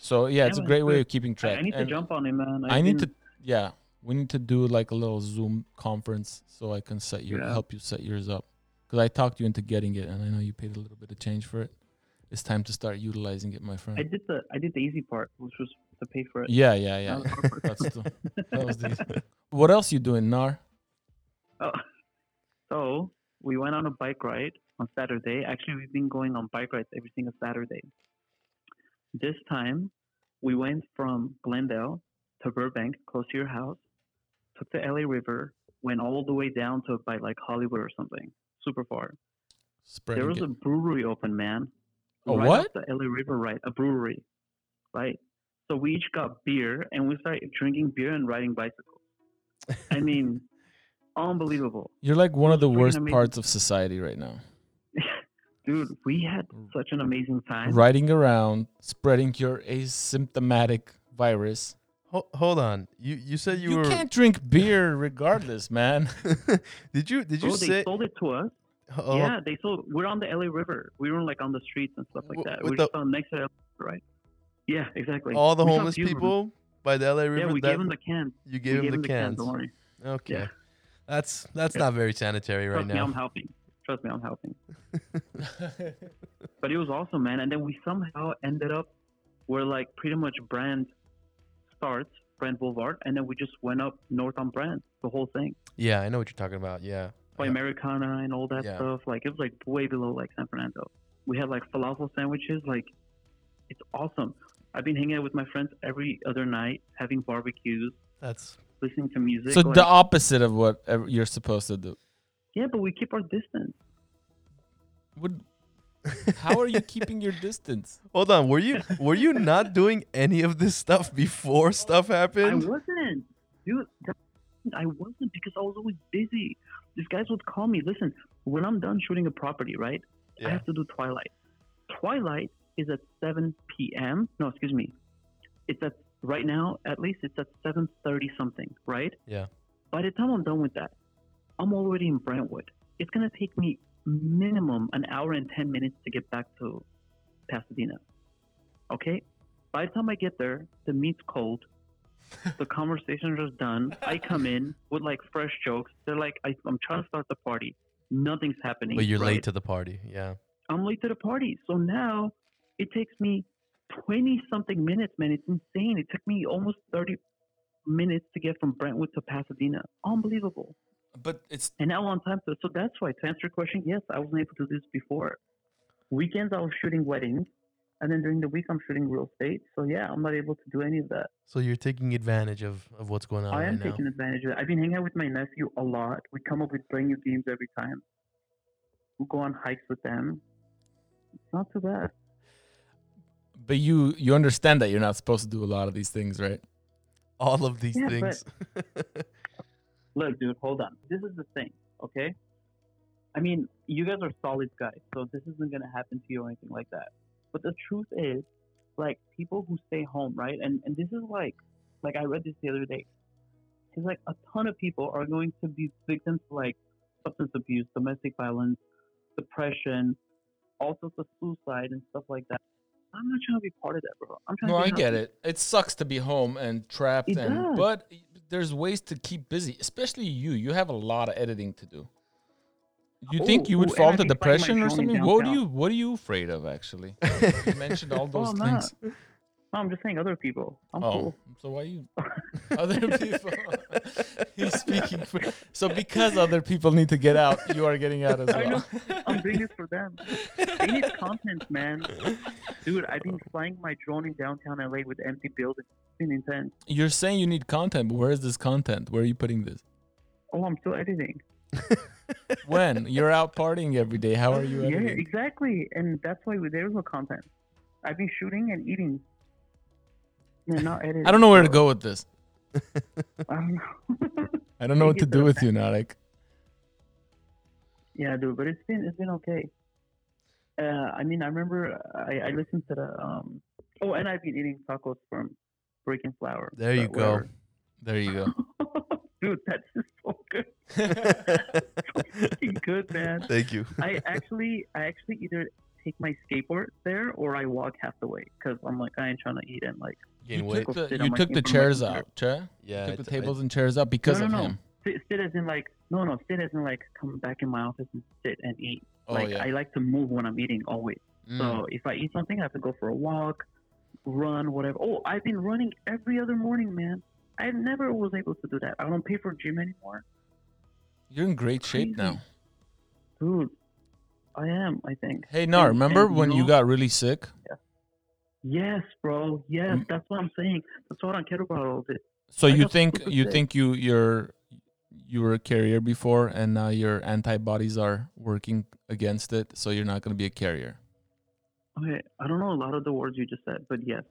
[SPEAKER 2] So yeah, it's a
[SPEAKER 4] man,
[SPEAKER 2] great way
[SPEAKER 4] good.
[SPEAKER 2] of keeping
[SPEAKER 4] I,
[SPEAKER 2] track.
[SPEAKER 4] I need to
[SPEAKER 2] And
[SPEAKER 4] jump on it, man.
[SPEAKER 2] I need to yeah, we need to do like a little Zoom conference so I can set your
[SPEAKER 4] Yeah.
[SPEAKER 2] help you set yours up. Because I talked you into getting it, and I know you paid a little bit of change for it. It's time to start utilizing it, my
[SPEAKER 4] I
[SPEAKER 2] friend.
[SPEAKER 4] did the I did the easy part, which was to pay for it.
[SPEAKER 2] Yeah, yeah, yeah.
[SPEAKER 4] That was hard part.
[SPEAKER 2] That's the, that was the. What else you doing, Nar?
[SPEAKER 4] Oh. So we went on a bike ride on Saturday. Actually, we've been going on bike rides every single Saturday. This time, we went from Glendale to Burbank, close to your house, took the LA River, went all the way down to by like Hollywood or something, super far.
[SPEAKER 2] Spreading
[SPEAKER 4] there was
[SPEAKER 2] it.
[SPEAKER 4] a brewery open, man.
[SPEAKER 2] A
[SPEAKER 4] right
[SPEAKER 2] what?
[SPEAKER 4] off The LA River, right? A brewery, right? So we each got beer and we started drinking beer and riding bicycles. I mean, unbelievable,
[SPEAKER 2] You're like one of the
[SPEAKER 4] freaking
[SPEAKER 2] worst
[SPEAKER 4] amazing.
[SPEAKER 2] parts of society right now.
[SPEAKER 4] dude. We had such an amazing time.
[SPEAKER 2] Riding around, spreading your asymptomatic virus.
[SPEAKER 3] Ho- hold on. You you said you,
[SPEAKER 2] You
[SPEAKER 3] were.
[SPEAKER 2] can't drink beer regardless, man.
[SPEAKER 3] did you did you
[SPEAKER 4] Bro, they
[SPEAKER 3] say?
[SPEAKER 4] sold it to us.
[SPEAKER 3] oh,
[SPEAKER 4] yeah, they sold. We're on the LA River. We were like on the streets and stuff like
[SPEAKER 3] W-
[SPEAKER 4] that.
[SPEAKER 3] with
[SPEAKER 4] We're
[SPEAKER 3] the-
[SPEAKER 4] just on next to the LA River, right? Yeah, exactly.
[SPEAKER 3] all the
[SPEAKER 4] We saw a
[SPEAKER 3] homeless
[SPEAKER 4] few of 'em.
[SPEAKER 3] people by the LA River.
[SPEAKER 4] Yeah, we
[SPEAKER 3] that,
[SPEAKER 4] gave them the cans.
[SPEAKER 3] you
[SPEAKER 4] We
[SPEAKER 3] gave them the
[SPEAKER 4] cans,
[SPEAKER 3] cans.
[SPEAKER 4] Don't worry.
[SPEAKER 3] okay.
[SPEAKER 4] Yeah.
[SPEAKER 3] That's that's
[SPEAKER 4] Yeah.
[SPEAKER 3] not very sanitary right
[SPEAKER 4] Trust me, I'm
[SPEAKER 3] now.
[SPEAKER 4] helping. Trust me, I'm helping. But it was awesome, man. And then we somehow ended up where like pretty much Brand starts, Brand Boulevard, and then we just went up north on Brand, the whole thing.
[SPEAKER 3] Yeah, I know what you're talking about. Yeah.
[SPEAKER 4] By
[SPEAKER 3] Yeah.
[SPEAKER 4] Americana and all that
[SPEAKER 3] Yeah.
[SPEAKER 4] stuff. Like it was like way below like San Fernando. We had like falafel sandwiches, like it's awesome. I've been hanging out with my friends every other night, having barbecues,
[SPEAKER 3] That's
[SPEAKER 4] listening to music.
[SPEAKER 2] so
[SPEAKER 4] like-
[SPEAKER 2] the opposite of what ev- you're supposed to do.
[SPEAKER 4] yeah, but we keep our distance.
[SPEAKER 2] Would, how are you keeping your distance?
[SPEAKER 3] Hold on, were you were you not doing any of this stuff before stuff
[SPEAKER 4] I
[SPEAKER 3] happened?
[SPEAKER 4] wasn't, dude. that- I wasn't because I was always busy. These guys would call me. Listen, when I'm done shooting a property, right? I
[SPEAKER 3] Yeah.
[SPEAKER 4] have to do Twilight. Twilight is at 7 p.m. No, excuse me. It's at right now. At least it's at 7:30 something, right?
[SPEAKER 3] Yeah.
[SPEAKER 4] By the time I'm done with that, I'm already in Brentwood. It's gonna take me minimum an hour and 10 minutes to get back to Pasadena. Okay. By the time I get there, the meat's cold. The conversations are done. I come in with like fresh jokes. They're like, I, I'm trying to start the party. Nothing's happening.
[SPEAKER 3] But you're
[SPEAKER 4] right?
[SPEAKER 3] late to the party. Yeah.
[SPEAKER 4] I'm late to the party. So now it takes me 20 something minutes, man. It's insane. It took me almost 30 minutes to get from Brentwood to Pasadena. Unbelievable.
[SPEAKER 2] But it's
[SPEAKER 4] And now on time. To, so that's why, to answer your question, yes, I wasn't able to do this before. Weekends, I was shooting weddings. And then during the week, I'm shooting real estate. So yeah, I'm not able to do any of that.
[SPEAKER 3] So you're taking advantage of, of what's going on
[SPEAKER 4] I
[SPEAKER 3] right
[SPEAKER 4] am
[SPEAKER 3] now.
[SPEAKER 4] taking advantage of it. I've been hanging out with my nephew a lot. We come up with brand new games every time. We go on hikes with them. It's not too bad.
[SPEAKER 2] but you you understand that you're not supposed to do a lot of these things, right?
[SPEAKER 3] All of these
[SPEAKER 4] Yeah, but-
[SPEAKER 3] things.
[SPEAKER 4] Look, dude, hold on. This is the thing, okay? I mean, you guys are solid guys, so this isn't gonna happen to you or anything like that. But the truth is, like people who stay home, right? And and this is like, like I read this the other day. It's like a ton of people are going to be victims to like substance abuse, domestic violence, depression, all sorts of suicide and stuff like that. I'm not trying to be part of that, bro. I'm trying
[SPEAKER 2] No,
[SPEAKER 4] to be
[SPEAKER 2] I get
[SPEAKER 4] healthy.
[SPEAKER 2] it. It sucks to be home and trapped,
[SPEAKER 4] It
[SPEAKER 2] and
[SPEAKER 4] does.
[SPEAKER 2] but there's ways to keep busy, especially you. You have a lot of editing to do. You think
[SPEAKER 4] Oh,
[SPEAKER 2] you would
[SPEAKER 4] oh, and
[SPEAKER 2] fall
[SPEAKER 4] I
[SPEAKER 2] into
[SPEAKER 4] keep finding my
[SPEAKER 2] depression or
[SPEAKER 4] drone in
[SPEAKER 2] something? What do
[SPEAKER 4] downtown.
[SPEAKER 2] you What are you afraid of? Actually, you mentioned all those
[SPEAKER 4] Oh, I'm not.
[SPEAKER 2] things.
[SPEAKER 4] No, I'm just saying other people. I'm
[SPEAKER 2] oh,
[SPEAKER 4] cool.
[SPEAKER 2] so why you other people? He's speaking. For, so because other people need to get out, you are getting out as
[SPEAKER 4] I
[SPEAKER 2] well.
[SPEAKER 4] I'm doing this for them. They need content, man. Dude, I've been flying my drone in downtown LA with empty buildings. It's been intense.
[SPEAKER 2] You're saying you need content, but where is this content? Where are you putting this?
[SPEAKER 4] Oh, I'm still editing.
[SPEAKER 2] When you're out partying every day, how are you
[SPEAKER 4] Yeah,
[SPEAKER 2] editing?
[SPEAKER 4] exactly. And that's why there's no content. I've been shooting and eating. Yeah, not editing.
[SPEAKER 2] I don't know where to go with this.
[SPEAKER 4] I don't know.
[SPEAKER 2] I don't know what
[SPEAKER 4] Take
[SPEAKER 2] to do
[SPEAKER 4] it to the
[SPEAKER 2] with you, Narek.
[SPEAKER 4] yeah, dude, but it's been it's been okay. Uh, I mean, I remember I, I listened to the um. Oh, and I've been eating tacos from Breaking Flower.
[SPEAKER 3] There you
[SPEAKER 4] but
[SPEAKER 3] go.
[SPEAKER 2] There you go.
[SPEAKER 4] whatever. dude, that's just so good. Fucking good, man.
[SPEAKER 3] Thank you.
[SPEAKER 4] I actually, I actually either take my skateboard there or I walk half the way because I'm like I ain't trying to eat and like
[SPEAKER 3] Gain
[SPEAKER 2] you
[SPEAKER 3] weight.
[SPEAKER 2] took the,
[SPEAKER 4] Sit
[SPEAKER 2] you
[SPEAKER 4] on my-
[SPEAKER 2] took the
[SPEAKER 4] in front of my
[SPEAKER 2] chairs
[SPEAKER 4] computer.
[SPEAKER 2] out. Chair? took
[SPEAKER 3] Yeah.
[SPEAKER 2] the
[SPEAKER 3] it's- I-
[SPEAKER 2] tables and chairs out because
[SPEAKER 4] no,
[SPEAKER 2] of
[SPEAKER 4] no.
[SPEAKER 2] him.
[SPEAKER 4] sit, sit as in like no no sit as in like come back in my office and sit and eat.
[SPEAKER 2] Oh
[SPEAKER 4] like
[SPEAKER 2] yeah.
[SPEAKER 4] I like to move when I'm eating always.
[SPEAKER 2] Mm.
[SPEAKER 4] So if I eat something, I have to go for a walk, run, whatever. Oh, I've been running every other morning, man. I never was able to do that. I don't pay for gym anymore,
[SPEAKER 2] You're in great shape
[SPEAKER 4] Crazy.
[SPEAKER 2] now.
[SPEAKER 4] dude. I am, I think.
[SPEAKER 2] Hey Nar,
[SPEAKER 4] And-
[SPEAKER 2] remember
[SPEAKER 4] and,
[SPEAKER 2] when you
[SPEAKER 4] know-
[SPEAKER 2] got really sick?
[SPEAKER 4] Yes, bro. Yes,
[SPEAKER 2] Mm.
[SPEAKER 4] that's what I'm saying. That's what on kettlebell is.
[SPEAKER 2] So
[SPEAKER 4] I
[SPEAKER 2] you
[SPEAKER 4] got
[SPEAKER 2] think
[SPEAKER 4] super
[SPEAKER 2] you
[SPEAKER 4] sick.
[SPEAKER 2] think you you're you were a carrier before, and now your antibodies are working against it, so you're not going to be a carrier.
[SPEAKER 4] Okay, I don't know a lot of the words you just said, but yes,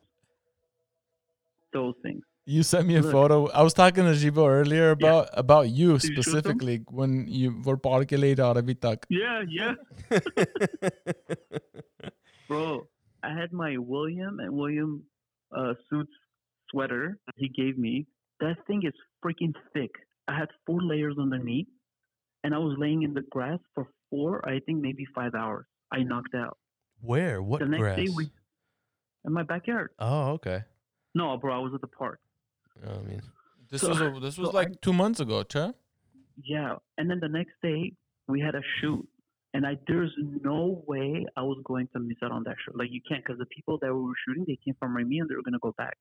[SPEAKER 4] those things.
[SPEAKER 2] You sent me a
[SPEAKER 4] Look.
[SPEAKER 2] photo. I was talking to Jibo earlier about about you
[SPEAKER 4] shoot them?
[SPEAKER 2] specifically when you were parkelated at Vitak.
[SPEAKER 4] Yeah, yeah, bro. I had my William and William uh, suits sweater that he gave me. That thing is freaking thick. I had four layers underneath, and I was laying in the grass for four, I think maybe five hours. I knocked out.
[SPEAKER 3] Where? What
[SPEAKER 4] the next
[SPEAKER 3] grass?
[SPEAKER 4] day we in my backyard.
[SPEAKER 3] Oh, okay.
[SPEAKER 4] No, bro, I was at the park.
[SPEAKER 3] Oh, I mean,
[SPEAKER 2] This
[SPEAKER 4] So-
[SPEAKER 2] was a, this was
[SPEAKER 4] so I-
[SPEAKER 2] like two months ago, cha.
[SPEAKER 4] Yeah, and then the next day we had a shoot, and I there's no way I was going to miss out on that shoot. Like you can't, because the people that we were shooting, they came from Remy and they were gonna go back.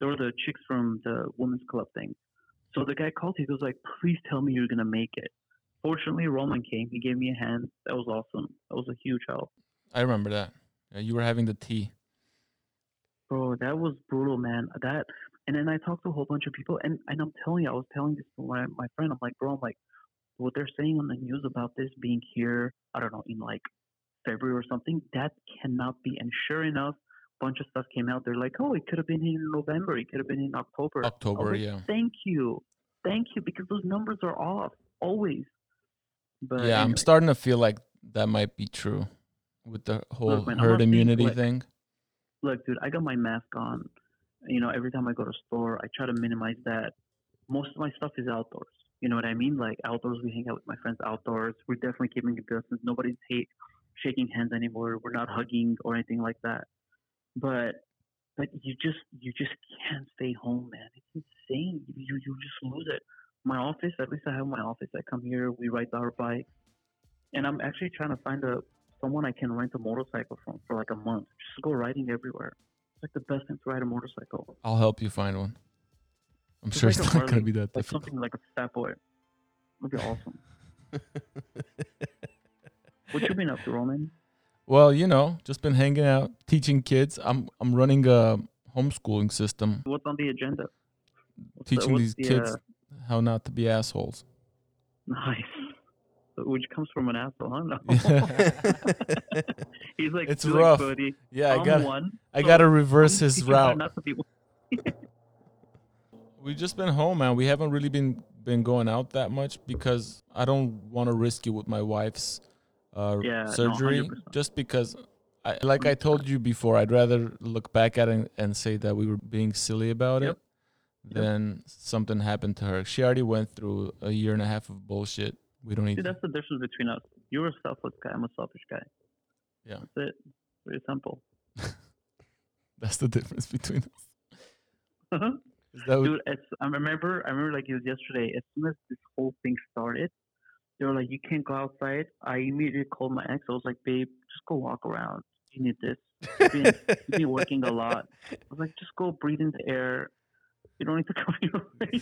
[SPEAKER 4] They were the chicks from the women's club thing. So the guy called. He was like, "Please tell me you're gonna make it." Fortunately, Roman came. He gave me a hand. That was awesome. That was a huge help,
[SPEAKER 2] I remember that. Yeah, you were having the tea.
[SPEAKER 4] bro. That was brutal, man. That. And then I talked to a whole bunch of people, and, and I'm telling you, I was telling this to my, my friend. I'm like, bro, I'm like. what they're saying on the news about this being here, I don't know, in like February or something, that cannot be. And sure enough, bunch of stuff came out. They're like, oh, it could have been here in November. It could have been in October. I was
[SPEAKER 2] October,
[SPEAKER 4] like,
[SPEAKER 2] yeah.
[SPEAKER 4] Thank you. Thank you, because those numbers are off always. But
[SPEAKER 2] yeah, I'm
[SPEAKER 4] anyway,
[SPEAKER 2] starting to feel like that might be true with the whole
[SPEAKER 4] man, I'm not
[SPEAKER 2] herd
[SPEAKER 4] being
[SPEAKER 2] immunity
[SPEAKER 4] slick.
[SPEAKER 2] thing.
[SPEAKER 4] look, dude, I got my mask on. You know, every time I go to store, I try to minimize that. Most of my stuff is outdoors. You know what I mean? Like outdoors, we hang out with my friends outdoors. We're definitely keeping a distance. Nobody's hate, shaking hands anymore. We're not hugging or anything like that. But but you just you just can't stay home, man. It's insane. You you, you just lose it. My office, at least I have my office. I come here, we ride our bike, and I'm actually trying to find a someone I can rent a motorcycle from for like a month. Just go riding everywhere. It's like the best thing to ride a motorcycle.
[SPEAKER 2] I'll help you find one. I'm
[SPEAKER 4] Just
[SPEAKER 2] sure
[SPEAKER 4] like
[SPEAKER 2] it's
[SPEAKER 4] a
[SPEAKER 2] not going to
[SPEAKER 4] Harley,
[SPEAKER 2] be that
[SPEAKER 4] Like
[SPEAKER 2] difficult.
[SPEAKER 4] something like a fat boy. Would be awesome. What you been up to, Roman?
[SPEAKER 2] Well, you know, just been hanging out, teaching kids. I'm I'm running a homeschooling system,
[SPEAKER 4] What's on the agenda? What's the-
[SPEAKER 2] teaching these
[SPEAKER 4] what's the,
[SPEAKER 2] kids
[SPEAKER 4] uh,
[SPEAKER 2] how not to be assholes.
[SPEAKER 4] nice. Which comes from an asshole, huh? No. He's like,
[SPEAKER 2] It's
[SPEAKER 4] he's
[SPEAKER 2] rough.
[SPEAKER 4] Like, buddy,
[SPEAKER 2] Yeah, I
[SPEAKER 4] I'm
[SPEAKER 2] got
[SPEAKER 4] one.
[SPEAKER 2] I
[SPEAKER 4] so
[SPEAKER 2] got to
[SPEAKER 4] I'm
[SPEAKER 2] reverse his
[SPEAKER 4] teaching her
[SPEAKER 2] route.
[SPEAKER 4] not to be one."
[SPEAKER 2] We've just been home, man. We haven't really been been going out that much because I don't want to risk it with my wife's uh,
[SPEAKER 4] Yeah, no,
[SPEAKER 2] surgery.
[SPEAKER 4] 100%.
[SPEAKER 2] just because, I, like I told you before, I'd rather look back at it and, and say that we were being silly about
[SPEAKER 4] Yep.
[SPEAKER 2] it
[SPEAKER 4] Yep.
[SPEAKER 2] than something happened to her. She already went through a year and a half of bullshit. We don't need.
[SPEAKER 4] Dude,
[SPEAKER 2] to-
[SPEAKER 4] that's the difference between us. You're a selfless guy. I'm a selfish guy.
[SPEAKER 2] Yeah.
[SPEAKER 4] That's it. Very simple.
[SPEAKER 2] That's the difference between us. Is that what-
[SPEAKER 4] Dude, it's, I remember, I remember like it was yesterday. As soon as this whole thing started, they were like, "You can't go outside." I immediately called my ex. I was like, "Babe, just go walk around. You need this. You've been, you've been working a lot." I was like, "Just go breathe in the air. You don't need to come here.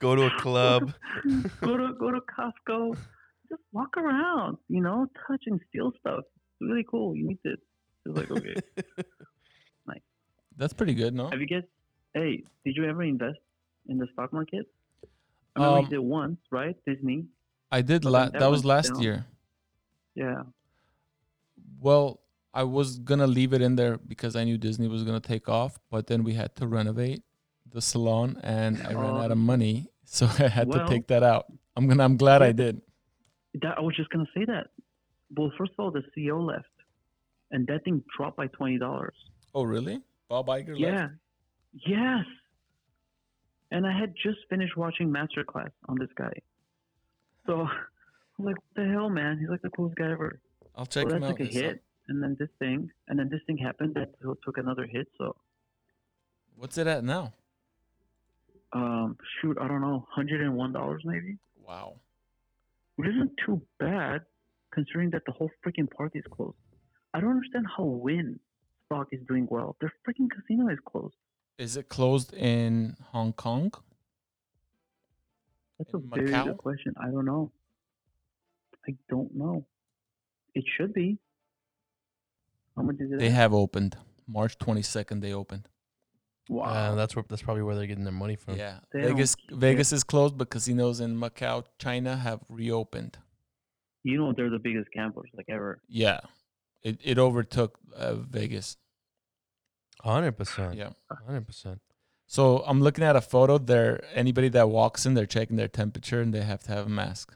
[SPEAKER 3] Go to a club.
[SPEAKER 4] go to go to Costco. Just walk around. You know, touch and feel stuff. It's really cool. You need this." I was like, "Okay."
[SPEAKER 2] that's pretty good, no?
[SPEAKER 4] Have you guys? Hey, did you ever invest in the stock market? I remember
[SPEAKER 2] Um,
[SPEAKER 4] you did once, right? Disney.
[SPEAKER 2] I did.
[SPEAKER 4] But
[SPEAKER 2] La-
[SPEAKER 4] then
[SPEAKER 2] that
[SPEAKER 4] that
[SPEAKER 2] was
[SPEAKER 4] went
[SPEAKER 2] last
[SPEAKER 4] down.
[SPEAKER 2] year.
[SPEAKER 4] Yeah.
[SPEAKER 2] Well, I was gonna leave it in there because I knew Disney was gonna take off, but then we had to renovate the salon, and I ran out of money, so I had
[SPEAKER 4] Oh. well-
[SPEAKER 2] to take that out. I'm gonna. I'm glad I did.
[SPEAKER 4] That I was just gonna say that. Well, first of all, the CEO left, and that thing dropped by twenty dollars.
[SPEAKER 2] Oh, really? Bob Iger.
[SPEAKER 4] Yeah. Yes. And I had just finished watching Masterclass on this guy. So I'm like, what the hell, man? He's like the coolest guy ever.
[SPEAKER 2] I'll check
[SPEAKER 4] well,
[SPEAKER 2] him
[SPEAKER 4] that
[SPEAKER 2] out.
[SPEAKER 4] took a
[SPEAKER 2] this-
[SPEAKER 4] hit, and then this thing, and then this thing happened that t- took another hit. So,
[SPEAKER 2] What's it at now?
[SPEAKER 4] um, shoot, I don't know, hundred and one dollars maybe,
[SPEAKER 2] Wow.
[SPEAKER 4] which isn't too bad considering that the whole freaking park is closed. I don't understand how Win stock is doing well. Their freaking casino is closed.
[SPEAKER 2] Is it closed in Hong Kong?
[SPEAKER 4] That's
[SPEAKER 2] In
[SPEAKER 4] a very
[SPEAKER 2] Macau?
[SPEAKER 4] good question. I don't know. I don't know. It should be. How much is it?
[SPEAKER 2] They
[SPEAKER 4] at?
[SPEAKER 2] have opened March 22nd. They opened.
[SPEAKER 4] Wow.
[SPEAKER 2] uh,
[SPEAKER 3] And Uh, that's where that's probably where they're getting their money from.
[SPEAKER 2] Yeah,
[SPEAKER 4] Damn.
[SPEAKER 2] Vegas Vegas is closed, but casinos in Macau, China have reopened.
[SPEAKER 4] you know they're the biggest gamblers like ever.
[SPEAKER 2] Yeah, it it overtook uh, Vegas.
[SPEAKER 3] Hundred percent.
[SPEAKER 2] Yeah.
[SPEAKER 3] Hundred percent.
[SPEAKER 2] So I'm looking at a photo. There, anybody that walks in, they're checking their temperature and they have to have a mask.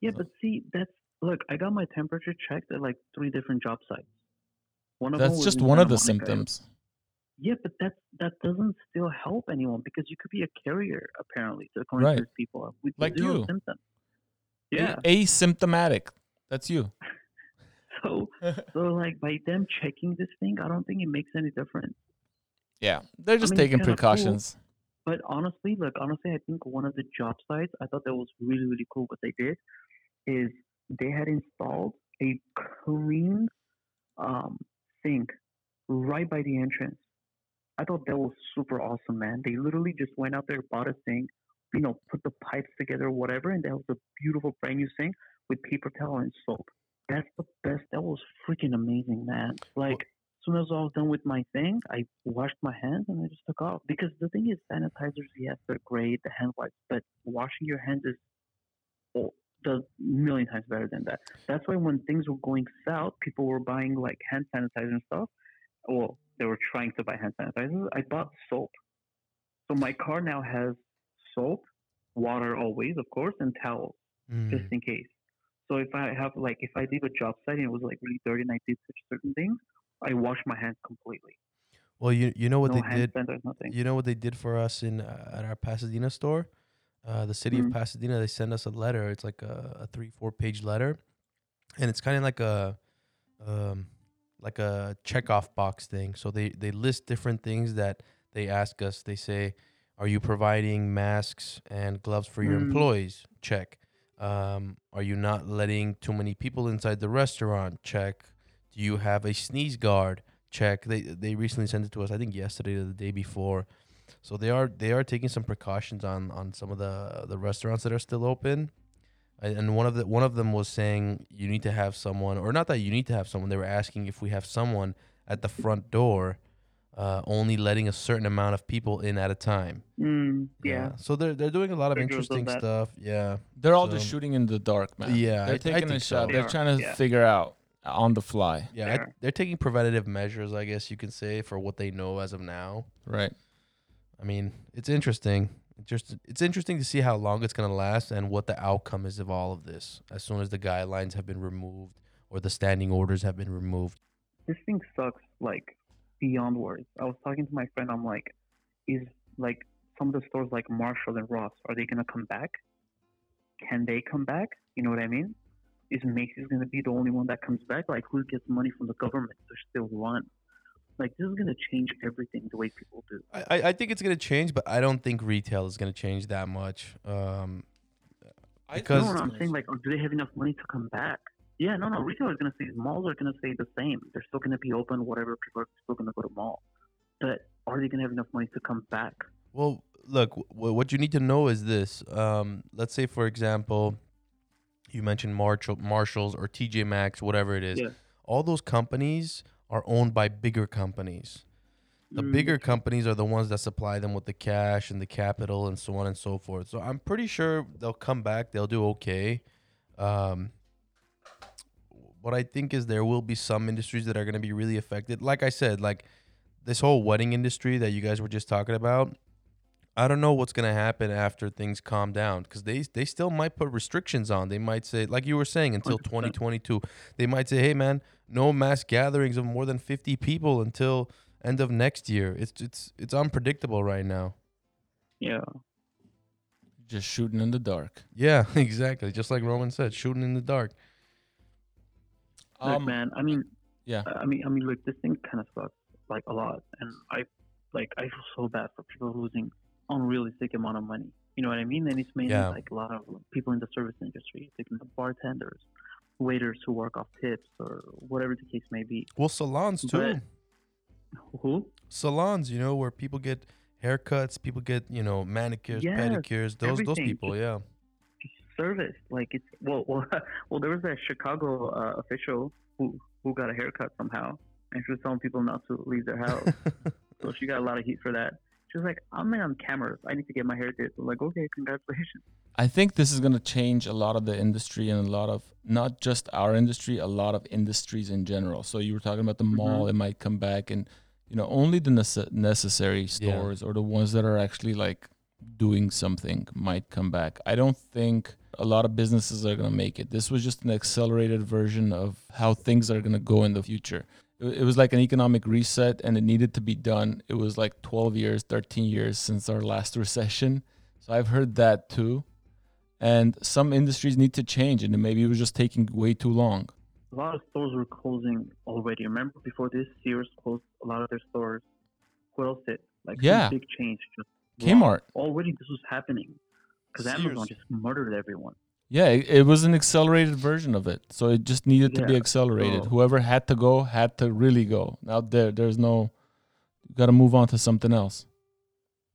[SPEAKER 4] Yeah,
[SPEAKER 2] So-
[SPEAKER 4] but see, that's look. I got my temperature checked at like three different job sites. One them
[SPEAKER 2] That's
[SPEAKER 4] was
[SPEAKER 2] just
[SPEAKER 4] in
[SPEAKER 2] one of
[SPEAKER 4] Santa
[SPEAKER 2] the
[SPEAKER 4] Monica.
[SPEAKER 2] symptoms.
[SPEAKER 4] Yeah, but that that doesn't still help anyone because you could be a carrier apparently, to according
[SPEAKER 2] Right.
[SPEAKER 4] to these people uh, with
[SPEAKER 2] Like
[SPEAKER 4] zero
[SPEAKER 2] you.
[SPEAKER 4] symptoms.
[SPEAKER 2] A-
[SPEAKER 4] Yeah.
[SPEAKER 2] asymptomatic. That's you.
[SPEAKER 4] So so like by them checking this thing, I don't think it makes any difference.
[SPEAKER 2] Yeah, they're just
[SPEAKER 4] mean,
[SPEAKER 2] taking
[SPEAKER 4] kinda cool.
[SPEAKER 2] precautions.
[SPEAKER 4] But honestly, look, honestly, I think one of the job sites, I thought that was really, really cool. What they did is they had installed a clean um, sink right by the entrance. I thought that was super awesome, man. They literally just went out there, bought a sink, you know, put the pipes together, whatever, and that was a beautiful brand new sink with paper towel and soap. That's the best. That was freaking amazing, man. Like, as soon as I was done with my thing, I washed my hands and I just took off. Because the thing is, sanitizers, yes, they're great, the hand wipes, but washing your hands is oh, does million times better than that. That's why when things were going south, people were buying like hand sanitizer and stuff. Well, they were trying to buy hand sanitizers. I bought soap. So my car now has soap, water always, of course, and towels
[SPEAKER 3] Hmm.
[SPEAKER 4] just
[SPEAKER 3] Mm-hmm.
[SPEAKER 4] in case. So if I have like if I leave a job site and it was like really dirty and I did touch certain things, I wash my hands completely.
[SPEAKER 3] Well, you you know what
[SPEAKER 4] no
[SPEAKER 3] they did.
[SPEAKER 4] hand sanitizer, nothing.
[SPEAKER 3] You know what they did for us in uh, at our Pasadena store, uh, the city
[SPEAKER 4] Mhm.
[SPEAKER 3] of Pasadena. They send us a letter. It's like a, a three four page letter, and it's kind of like a um, like a checkoff box thing. So they they list different things that they ask us. They say, "Are you providing masks and gloves for your
[SPEAKER 4] Mm.
[SPEAKER 3] employees?" Check. Um, are you not letting too many people inside the restaurant? Check. Do you have a sneeze guard? Check. They they recently sent it to us. I think yesterday or the day before. So they are they are taking some precautions on on some of the the restaurants that are still open. And- And one of the one of them was saying you need to have someone, or not that you need to have someone. They were asking if we have someone at the front door, uh, only letting a certain amount of people in at a time.
[SPEAKER 4] Mm, yeah.
[SPEAKER 3] So they're they're doing a lot of
[SPEAKER 4] Figures of
[SPEAKER 3] interesting
[SPEAKER 4] that.
[SPEAKER 3] stuff. Yeah.
[SPEAKER 2] They're all just
[SPEAKER 3] So-
[SPEAKER 2] shooting in the dark, man.
[SPEAKER 3] Yeah, I
[SPEAKER 2] they're
[SPEAKER 3] th- I
[SPEAKER 2] taking a
[SPEAKER 3] think so.
[SPEAKER 2] shot. They're
[SPEAKER 4] They are,
[SPEAKER 2] trying to
[SPEAKER 4] yeah.
[SPEAKER 2] figure out on the fly,
[SPEAKER 3] Yeah, I,
[SPEAKER 4] Fair.
[SPEAKER 3] they're taking preventative measures, I guess you can say, for what they know as of now.
[SPEAKER 2] right?
[SPEAKER 3] I mean, it's interesting. It Just it's interesting to see how long it's gonna last and what the outcome is of all of this. As soon as the guidelines have been removed or the standing orders have been removed.
[SPEAKER 4] This thing sucks like beyond words. I was talking to my friend. I'm like, is like some of the stores like Marshall and Ross are they gonna come back? Can they come back? You know what I mean? Is Macy's gonna be the only one that comes back? Like who gets money from the government to still run? Like this is gonna change everything the way people do.
[SPEAKER 3] I, I- I think it's gonna change, but I don't think retail is gonna change that much. Um, Because-
[SPEAKER 4] No, no, I'm saying like, oh, do they have enough money to come back? Yeah, no, no. Retail is gonna stay. Malls are gonna stay the same. They're still gonna be open. Whatever people are still gonna go to mall, but are they gonna have enough money to come back?
[SPEAKER 3] Well, look, w- what you need to know is this. Um, let's say, for example, you mentioned Marshall, Marshalls or TJ Maxx, whatever it is.
[SPEAKER 4] Yeah.
[SPEAKER 3] All those companies are owned by bigger companies. The
[SPEAKER 4] Mm,
[SPEAKER 3] bigger companies are the ones that supply them with the cash and the capital and so on and so forth. So I'm pretty sure they'll come back. They'll do okay. Um, what I think is there will be some industries that are going to be really affected. Like I said, like this whole wedding industry that you guys were just talking about. I don't know what's going to happen after things calm down because they they still might put restrictions on. They might say, like you were saying, until
[SPEAKER 4] 100%.
[SPEAKER 3] 2022, they might say, "Hey, man, no mass gatherings of more than 50 people until end of next year. It's it's it's unpredictable right now.
[SPEAKER 4] Yeah.
[SPEAKER 2] just shooting in the dark.
[SPEAKER 3] Yeah, exactly. Just like Roman said, shooting in the dark.
[SPEAKER 4] look, man. I mean,
[SPEAKER 2] Um, yeah.
[SPEAKER 4] I mean, I mean, look, this thing kind of sucks like a lot, and I, like, I feel so bad for people losing unrealistic amount of money. You know what I mean? And it's mainly
[SPEAKER 3] Yeah.
[SPEAKER 4] like a lot of people in the service industry, like the bartenders, waiters who work off tips or whatever the case may be.
[SPEAKER 3] Well, salons too.
[SPEAKER 4] But- Who?
[SPEAKER 3] salons, you know, where people get haircuts, people get you know manicures,
[SPEAKER 4] Yes,
[SPEAKER 3] pedicures. Those those
[SPEAKER 4] everything.
[SPEAKER 3] people, yeah.
[SPEAKER 4] service. Like it's well, well, well. There was that Chicago uh, official who who got a haircut somehow, and she was telling people not to leave their house. so she got a lot of heat for that. She was like, I'm on cameras. I need to get my hair did. I'm like, okay, congratulations.
[SPEAKER 2] I think this is going to change a lot of the industry and a lot of not just our industry, a lot of industries in general. So you were talking about the mall; it might come back, and you know, only the nece- necessary stores or the ones that are actually like doing something might come back. I don't think a lot of businesses are going to make it. This was just an accelerated version of how things are going to go in the future. It it was like an economic reset and it needed to be done. It was like 12 years, 13 years since our last recession. So I've heard that too and some industries need to change and maybe it was just taking way too long
[SPEAKER 4] A lot of stores were closing already. Remember before this, Sears closed a lot of their stores. Who else did? Like some
[SPEAKER 2] Yeah.
[SPEAKER 4] big change. Just
[SPEAKER 2] kmart
[SPEAKER 4] already this was happening because Amazon
[SPEAKER 3] Sears.
[SPEAKER 4] just murdered everyone.
[SPEAKER 2] yeah it, it was an accelerated version of it so it just needed to be
[SPEAKER 4] Yeah, Oh.
[SPEAKER 2] accelerated
[SPEAKER 4] so-
[SPEAKER 2] whoever had to go had to really go now there there's no you got to move on to something else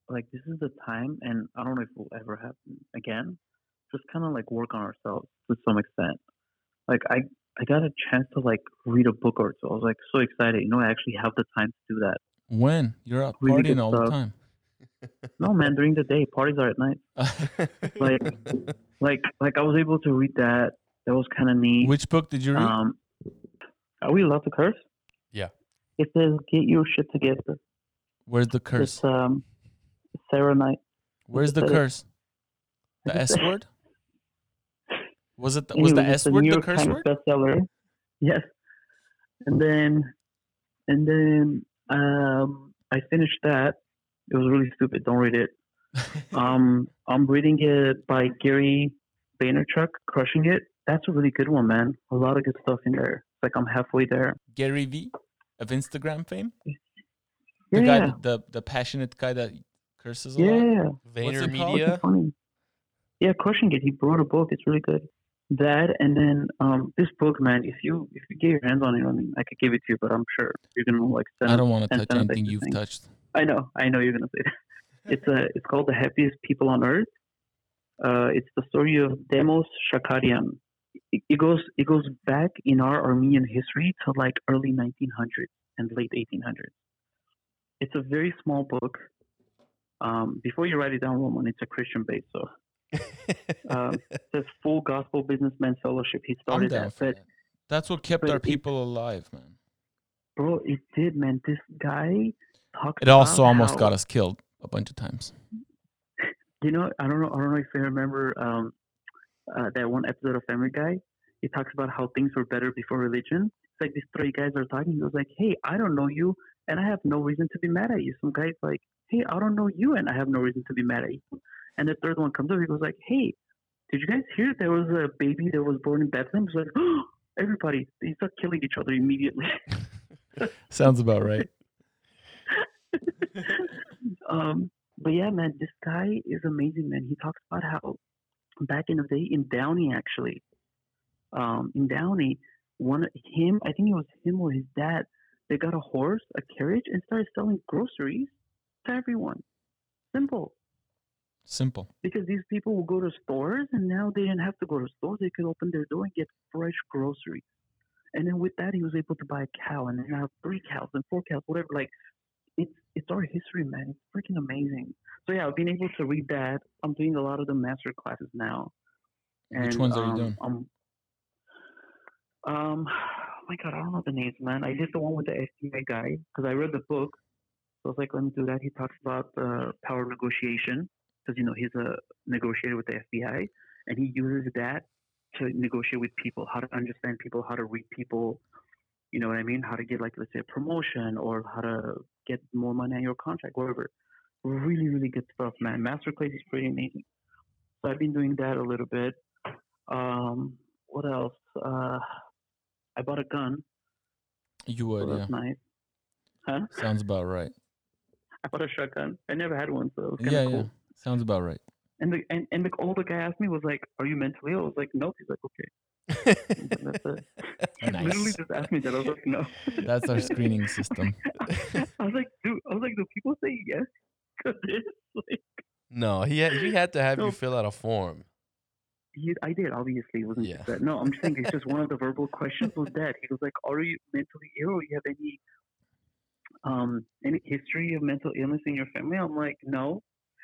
[SPEAKER 4] Like this is the time, and I don't know if it will ever happen again. Just kind of like work on ourselves to some extent. Like I, I got a chance to like read a book or two. I was like so excited. You know, I actually have the time to do that.
[SPEAKER 2] when you're out
[SPEAKER 4] Really good
[SPEAKER 2] partying all the
[SPEAKER 4] stuff.
[SPEAKER 2] time
[SPEAKER 4] No, man, during the day parties are at night. Like, like, like I was able to read that. That was kind of neat.
[SPEAKER 2] which book did you read
[SPEAKER 4] Um, are we allowed to curse?
[SPEAKER 3] Yeah.
[SPEAKER 4] It says, "Get your shit together."
[SPEAKER 2] where's the curse
[SPEAKER 4] It's um, Sarah Knight.
[SPEAKER 2] where's the
[SPEAKER 4] it's a-
[SPEAKER 2] curse the
[SPEAKER 4] it's
[SPEAKER 2] s
[SPEAKER 4] a-
[SPEAKER 2] word was it was the
[SPEAKER 4] Anyways, it's
[SPEAKER 2] s
[SPEAKER 4] a
[SPEAKER 2] word
[SPEAKER 4] New
[SPEAKER 2] the
[SPEAKER 4] York
[SPEAKER 2] curse
[SPEAKER 4] Times
[SPEAKER 2] word
[SPEAKER 4] bestseller. Yes. And then, and then um, I finished that. It was really stupid. Don't read it. um, I'm reading it by Gary Vaynerchuk, Crushing It. That's a really good one, man. A lot of good stuff in there. It's like I'm halfway there.
[SPEAKER 2] gary v of instagram fame
[SPEAKER 4] Yeah,
[SPEAKER 2] the guy that- the the passionate guy that curses a
[SPEAKER 4] yeah,
[SPEAKER 2] lot
[SPEAKER 4] yeah.
[SPEAKER 3] Vayner
[SPEAKER 2] called?
[SPEAKER 3] Media.
[SPEAKER 4] funny. Yeah, crushing it. He brought a book. It's really good. That and then um, this book, man. If you if you get your hands on it, I mean, I could give it to you, but I'm sure you're gonna like. Send
[SPEAKER 2] i don't want to
[SPEAKER 4] and
[SPEAKER 2] touch
[SPEAKER 4] send it back
[SPEAKER 2] anything
[SPEAKER 4] to
[SPEAKER 2] you've
[SPEAKER 4] me.
[SPEAKER 2] touched
[SPEAKER 4] I know. I know you're gonna say that. It's a. It's called the happiest people on earth. Uh, it's the story of Demos Shakarian. It, it goes. It goes back in our Armenian history to like early 1900s and late 1800s. It's a very small book. Um, before you write it down, Roman, it's a Christian base, so um, it says full gospel businessman fellowship. He
[SPEAKER 2] i'm
[SPEAKER 4] started
[SPEAKER 2] down
[SPEAKER 4] that,
[SPEAKER 2] for
[SPEAKER 4] but
[SPEAKER 2] that that's what kept
[SPEAKER 4] but
[SPEAKER 2] our
[SPEAKER 4] it-
[SPEAKER 2] people alive man
[SPEAKER 4] bro, it did, man. This guy talks.
[SPEAKER 2] it also
[SPEAKER 4] about
[SPEAKER 2] almost
[SPEAKER 4] how-
[SPEAKER 2] got us killed a bunch of times
[SPEAKER 4] You know, I don't know. I don't know if you remember um, uh, that one episode of Family Guy. It talks about how things were better before religion. It's like these three guys are talking. He was like, "Hey, I don't know you, and I have no reason to be mad at you." Some guys like, "Hey, I don't know you, and I have no reason to be mad at you." And the third one comes up. He goes like, "Hey, did you guys hear there was a baby that was born in Bethlehem?" He's like, oh, "Everybody, they start killing each other immediately."
[SPEAKER 2] sounds about right
[SPEAKER 4] um, but yeah, man, this guy is amazing, man. He talks about how back in the day in Downey, actually, um, in Downey, one him, I think it was him or his dad, they got a horse, a carriage, and started selling groceries to everyone. Simple,
[SPEAKER 2] simple
[SPEAKER 4] because these people will go to stores, and now they didn't have to go to stores; they could open their door and get fresh groceries. And then with that, he was able to buy a cow, and then now three cows and four cows, whatever. Like it's it's our history, man. It's freaking amazing. So yeah, I've been able to read that. I'm doing a lot of the master classes now.
[SPEAKER 2] Which ones are you
[SPEAKER 4] um,
[SPEAKER 2] doing?
[SPEAKER 4] I'm- um, oh my god, I don't know the names, man. I did the one with the SDA guy because I read the book. So I was like, let me do that. He talks about uh, power negotiation because you know he's a negotiator with the FBI, and he uses that to negotiate with people, how to understand people, how to read people. You know what I mean? How to get like let's say a promotion or how to get more money on your contract, whatever. Really, really good stuff, man. Masterclass is pretty amazing. So I've been doing that a little bit. Um, what else? Uh, I bought a gun.
[SPEAKER 2] you
[SPEAKER 4] So
[SPEAKER 2] would yeah
[SPEAKER 4] that's nice. Huh?
[SPEAKER 2] sounds about right
[SPEAKER 4] I bought a shotgun. I never had one, so it was kind of
[SPEAKER 2] yeah
[SPEAKER 4] cool.
[SPEAKER 2] yeah sounds about right
[SPEAKER 4] And the and, and the, all the guy asked me was like, "Are you mentally ill?" I was like, "Nope." He's like, "Okay." And that's it. He Literally
[SPEAKER 2] nice
[SPEAKER 4] just asked me that. I was like, "No."
[SPEAKER 2] that's our screening system
[SPEAKER 4] I was like, "Dude," I was like, "Do people say yes to this?" Like,
[SPEAKER 3] No, he had, he had to have you
[SPEAKER 4] No.
[SPEAKER 3] fill out a form.
[SPEAKER 4] you, I did, obviously. It wasn't
[SPEAKER 3] Yeah.
[SPEAKER 4] just that. No, I'm just saying it's just one of the verbal questions was that. He was like, Are you mentally ill? Or you have any um any history of mental illness in your family? I'm like, No.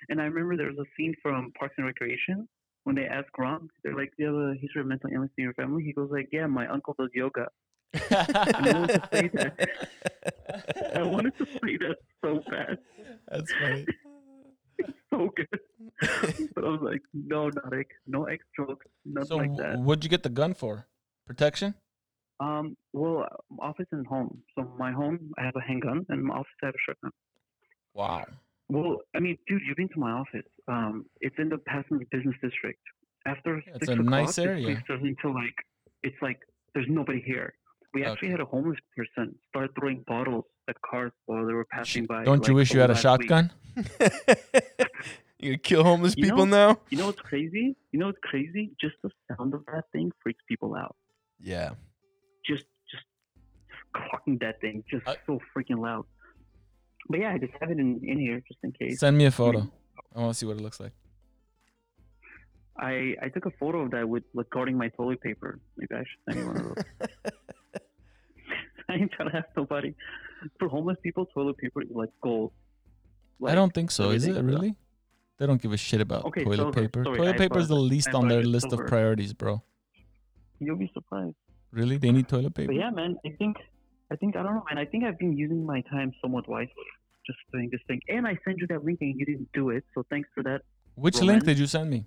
[SPEAKER 4] And I remember there was a scene from Parks and Recreation when they ask Ron, they're like, Do you have a history of mental illness in your family? He goes like, Yeah, my uncle does yoga. I wanted to say that. I wanted to say that so bad.
[SPEAKER 2] That's funny.
[SPEAKER 4] So good. but I was like, No, not ex no ex jokes, nothing
[SPEAKER 2] so,
[SPEAKER 4] like
[SPEAKER 2] wh-
[SPEAKER 4] that.
[SPEAKER 2] what'd you get the gun for? Protection?
[SPEAKER 4] Um, well, uh, office and home. So my home, I have a handgun, and my office, I have a shotgun.
[SPEAKER 2] Wow.
[SPEAKER 4] Well, I mean, dude, you've been to my office. Um, it's in the Pasadena Business District. After
[SPEAKER 2] it's
[SPEAKER 4] six
[SPEAKER 2] a
[SPEAKER 4] o'clock,
[SPEAKER 2] nice
[SPEAKER 4] this
[SPEAKER 2] area.
[SPEAKER 4] place turns into like it's like there's nobody here. We actually
[SPEAKER 2] Okay.
[SPEAKER 4] had a homeless person start throwing bottles at cars while they were passing by.
[SPEAKER 2] Don't you
[SPEAKER 4] like,
[SPEAKER 2] wish you
[SPEAKER 4] over
[SPEAKER 2] had a
[SPEAKER 4] last week.
[SPEAKER 2] shotgun?
[SPEAKER 3] you gonna kill homeless
[SPEAKER 4] You
[SPEAKER 3] people now?
[SPEAKER 4] You know what's crazy? You know what's crazy? Just the sound of that thing freaks people out.
[SPEAKER 3] Yeah.
[SPEAKER 4] just just clocking that thing just
[SPEAKER 2] I-
[SPEAKER 4] so freaking loud. But yeah, I just have it in, in here just in case.
[SPEAKER 2] Send me a photo. I want to see what it looks like.
[SPEAKER 4] I, I took a photo of that with like guarding my toilet paper. Maybe I should send you one of those. I ain't trying to have nobody. For homeless people, toilet paper is like gold.
[SPEAKER 2] I
[SPEAKER 4] Like,
[SPEAKER 2] don't think so. Is
[SPEAKER 4] everything
[SPEAKER 2] it
[SPEAKER 4] is-
[SPEAKER 2] really? They don't give a shit about
[SPEAKER 4] Okay,
[SPEAKER 2] toilet
[SPEAKER 4] silver.
[SPEAKER 2] paper.
[SPEAKER 4] Sorry,
[SPEAKER 2] toilet
[SPEAKER 4] I
[SPEAKER 2] paper is the
[SPEAKER 4] bugged.
[SPEAKER 2] least
[SPEAKER 4] I
[SPEAKER 2] on their
[SPEAKER 4] bugged.
[SPEAKER 2] list
[SPEAKER 4] Silver.
[SPEAKER 2] of priorities, bro.
[SPEAKER 4] You'll be surprised.
[SPEAKER 2] Really? They need toilet paper?
[SPEAKER 4] But yeah, man, I think I think I don't know, man. I think I've been using my time somewhat wisely, just doing this thing. And I sent you that link, and you didn't do it, so thanks for that.
[SPEAKER 2] Which link
[SPEAKER 4] Roman.
[SPEAKER 2] did you send me?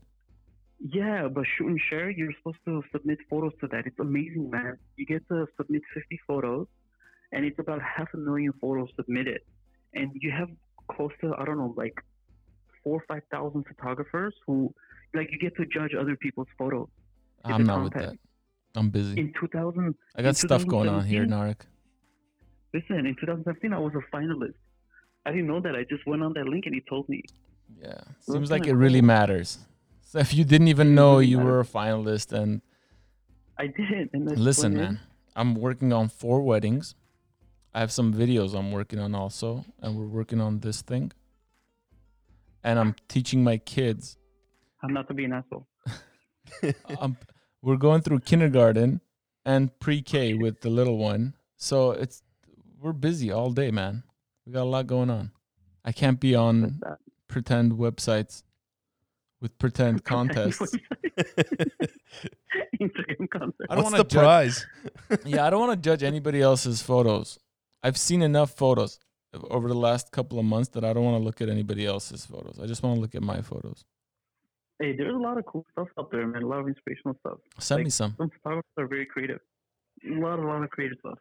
[SPEAKER 4] Yeah, but shoot and share, you're supposed to submit photos to that. It's amazing, man. You get to submit 50 photos, and it's about half a million photos submitted. And you have close to, I don't know, like four or 5,000 photographers who, like, you get to judge other people's photos. It's
[SPEAKER 2] I'm
[SPEAKER 4] a
[SPEAKER 2] not with that.
[SPEAKER 4] contest.
[SPEAKER 2] I'm busy.
[SPEAKER 4] In 2000,
[SPEAKER 2] Mm. I got
[SPEAKER 4] in
[SPEAKER 2] stuff going on here,
[SPEAKER 4] 2017
[SPEAKER 2] Narek.
[SPEAKER 4] listen, in 2017, I was a finalist. I didn't know that. I just went on that link and he told me.
[SPEAKER 2] Yeah.
[SPEAKER 4] Well,
[SPEAKER 2] Seems
[SPEAKER 4] that's
[SPEAKER 2] like it
[SPEAKER 4] kinda
[SPEAKER 2] really
[SPEAKER 4] cool.
[SPEAKER 2] matters. So if you didn't even know
[SPEAKER 4] really
[SPEAKER 2] you were a finalist and
[SPEAKER 4] I did. And that's
[SPEAKER 2] Listen,
[SPEAKER 4] what it is.
[SPEAKER 2] man, I'm working on four weddings. I have some videos I'm working on also, and we're working on this thing. And I'm teaching my kids.
[SPEAKER 4] I'm not to be an asshole.
[SPEAKER 2] um, we're going through kindergarten and pre-K with the little one, so it's we're busy all day, man. We got a lot going on. I can't be on
[SPEAKER 4] That's that.
[SPEAKER 2] pretend websites with pretend contests.
[SPEAKER 4] Instagram contest.
[SPEAKER 2] I don't
[SPEAKER 3] What's
[SPEAKER 2] wanna
[SPEAKER 3] the
[SPEAKER 2] judge-
[SPEAKER 3] prize?
[SPEAKER 2] yeah, I don't want to judge anybody else's photos. I've seen enough photos over the last couple of months that I don't want to look at anybody else's photos. I just want to look at my photos.
[SPEAKER 4] Hey, there's a lot of cool stuff out there, man. A lot of inspirational stuff.
[SPEAKER 2] Send me
[SPEAKER 4] Like,
[SPEAKER 2] some.
[SPEAKER 4] Some photographers are very creative. A lot, a lot of creative stuff.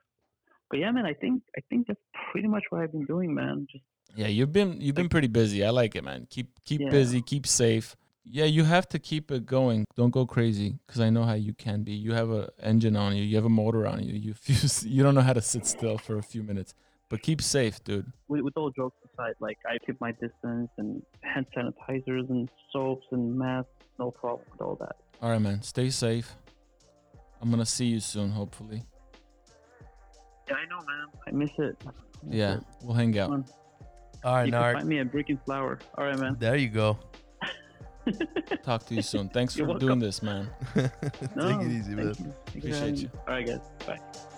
[SPEAKER 4] But yeah, man, I think I think that's pretty much what I've been doing, man. Just
[SPEAKER 2] Yeah, you've been you've been pretty busy. I like it, man. Keep keep
[SPEAKER 4] Yeah.
[SPEAKER 2] busy, keep safe. Yeah, you have to keep it going. Don't go crazy cuz I know how you can be. You have a engine on you, you have a motor on you. You fuse, you don't know how to sit still for a few minutes. But keep safe, dude.
[SPEAKER 4] with, with all jokes aside, like I keep my distance and hand sanitizers and soaps and masks, no problem with all that.
[SPEAKER 2] All right, man. Stay safe. I'm going to see you soon, hopefully.
[SPEAKER 4] Yeah, I know, man. I miss it. I miss
[SPEAKER 2] Yeah,
[SPEAKER 4] it.
[SPEAKER 2] we'll hang out.
[SPEAKER 4] Come on.
[SPEAKER 3] All right,
[SPEAKER 4] You can
[SPEAKER 3] Nard.
[SPEAKER 4] find me at Brick and Flower. All right, man.
[SPEAKER 3] There you go.
[SPEAKER 2] Talk to you soon. Thanks for
[SPEAKER 4] You're
[SPEAKER 2] doing this, man.
[SPEAKER 3] Take it easy, man.
[SPEAKER 4] thank you. Thank you for
[SPEAKER 2] Appreciate
[SPEAKER 4] having me.
[SPEAKER 2] you.
[SPEAKER 4] All right, guys. Bye.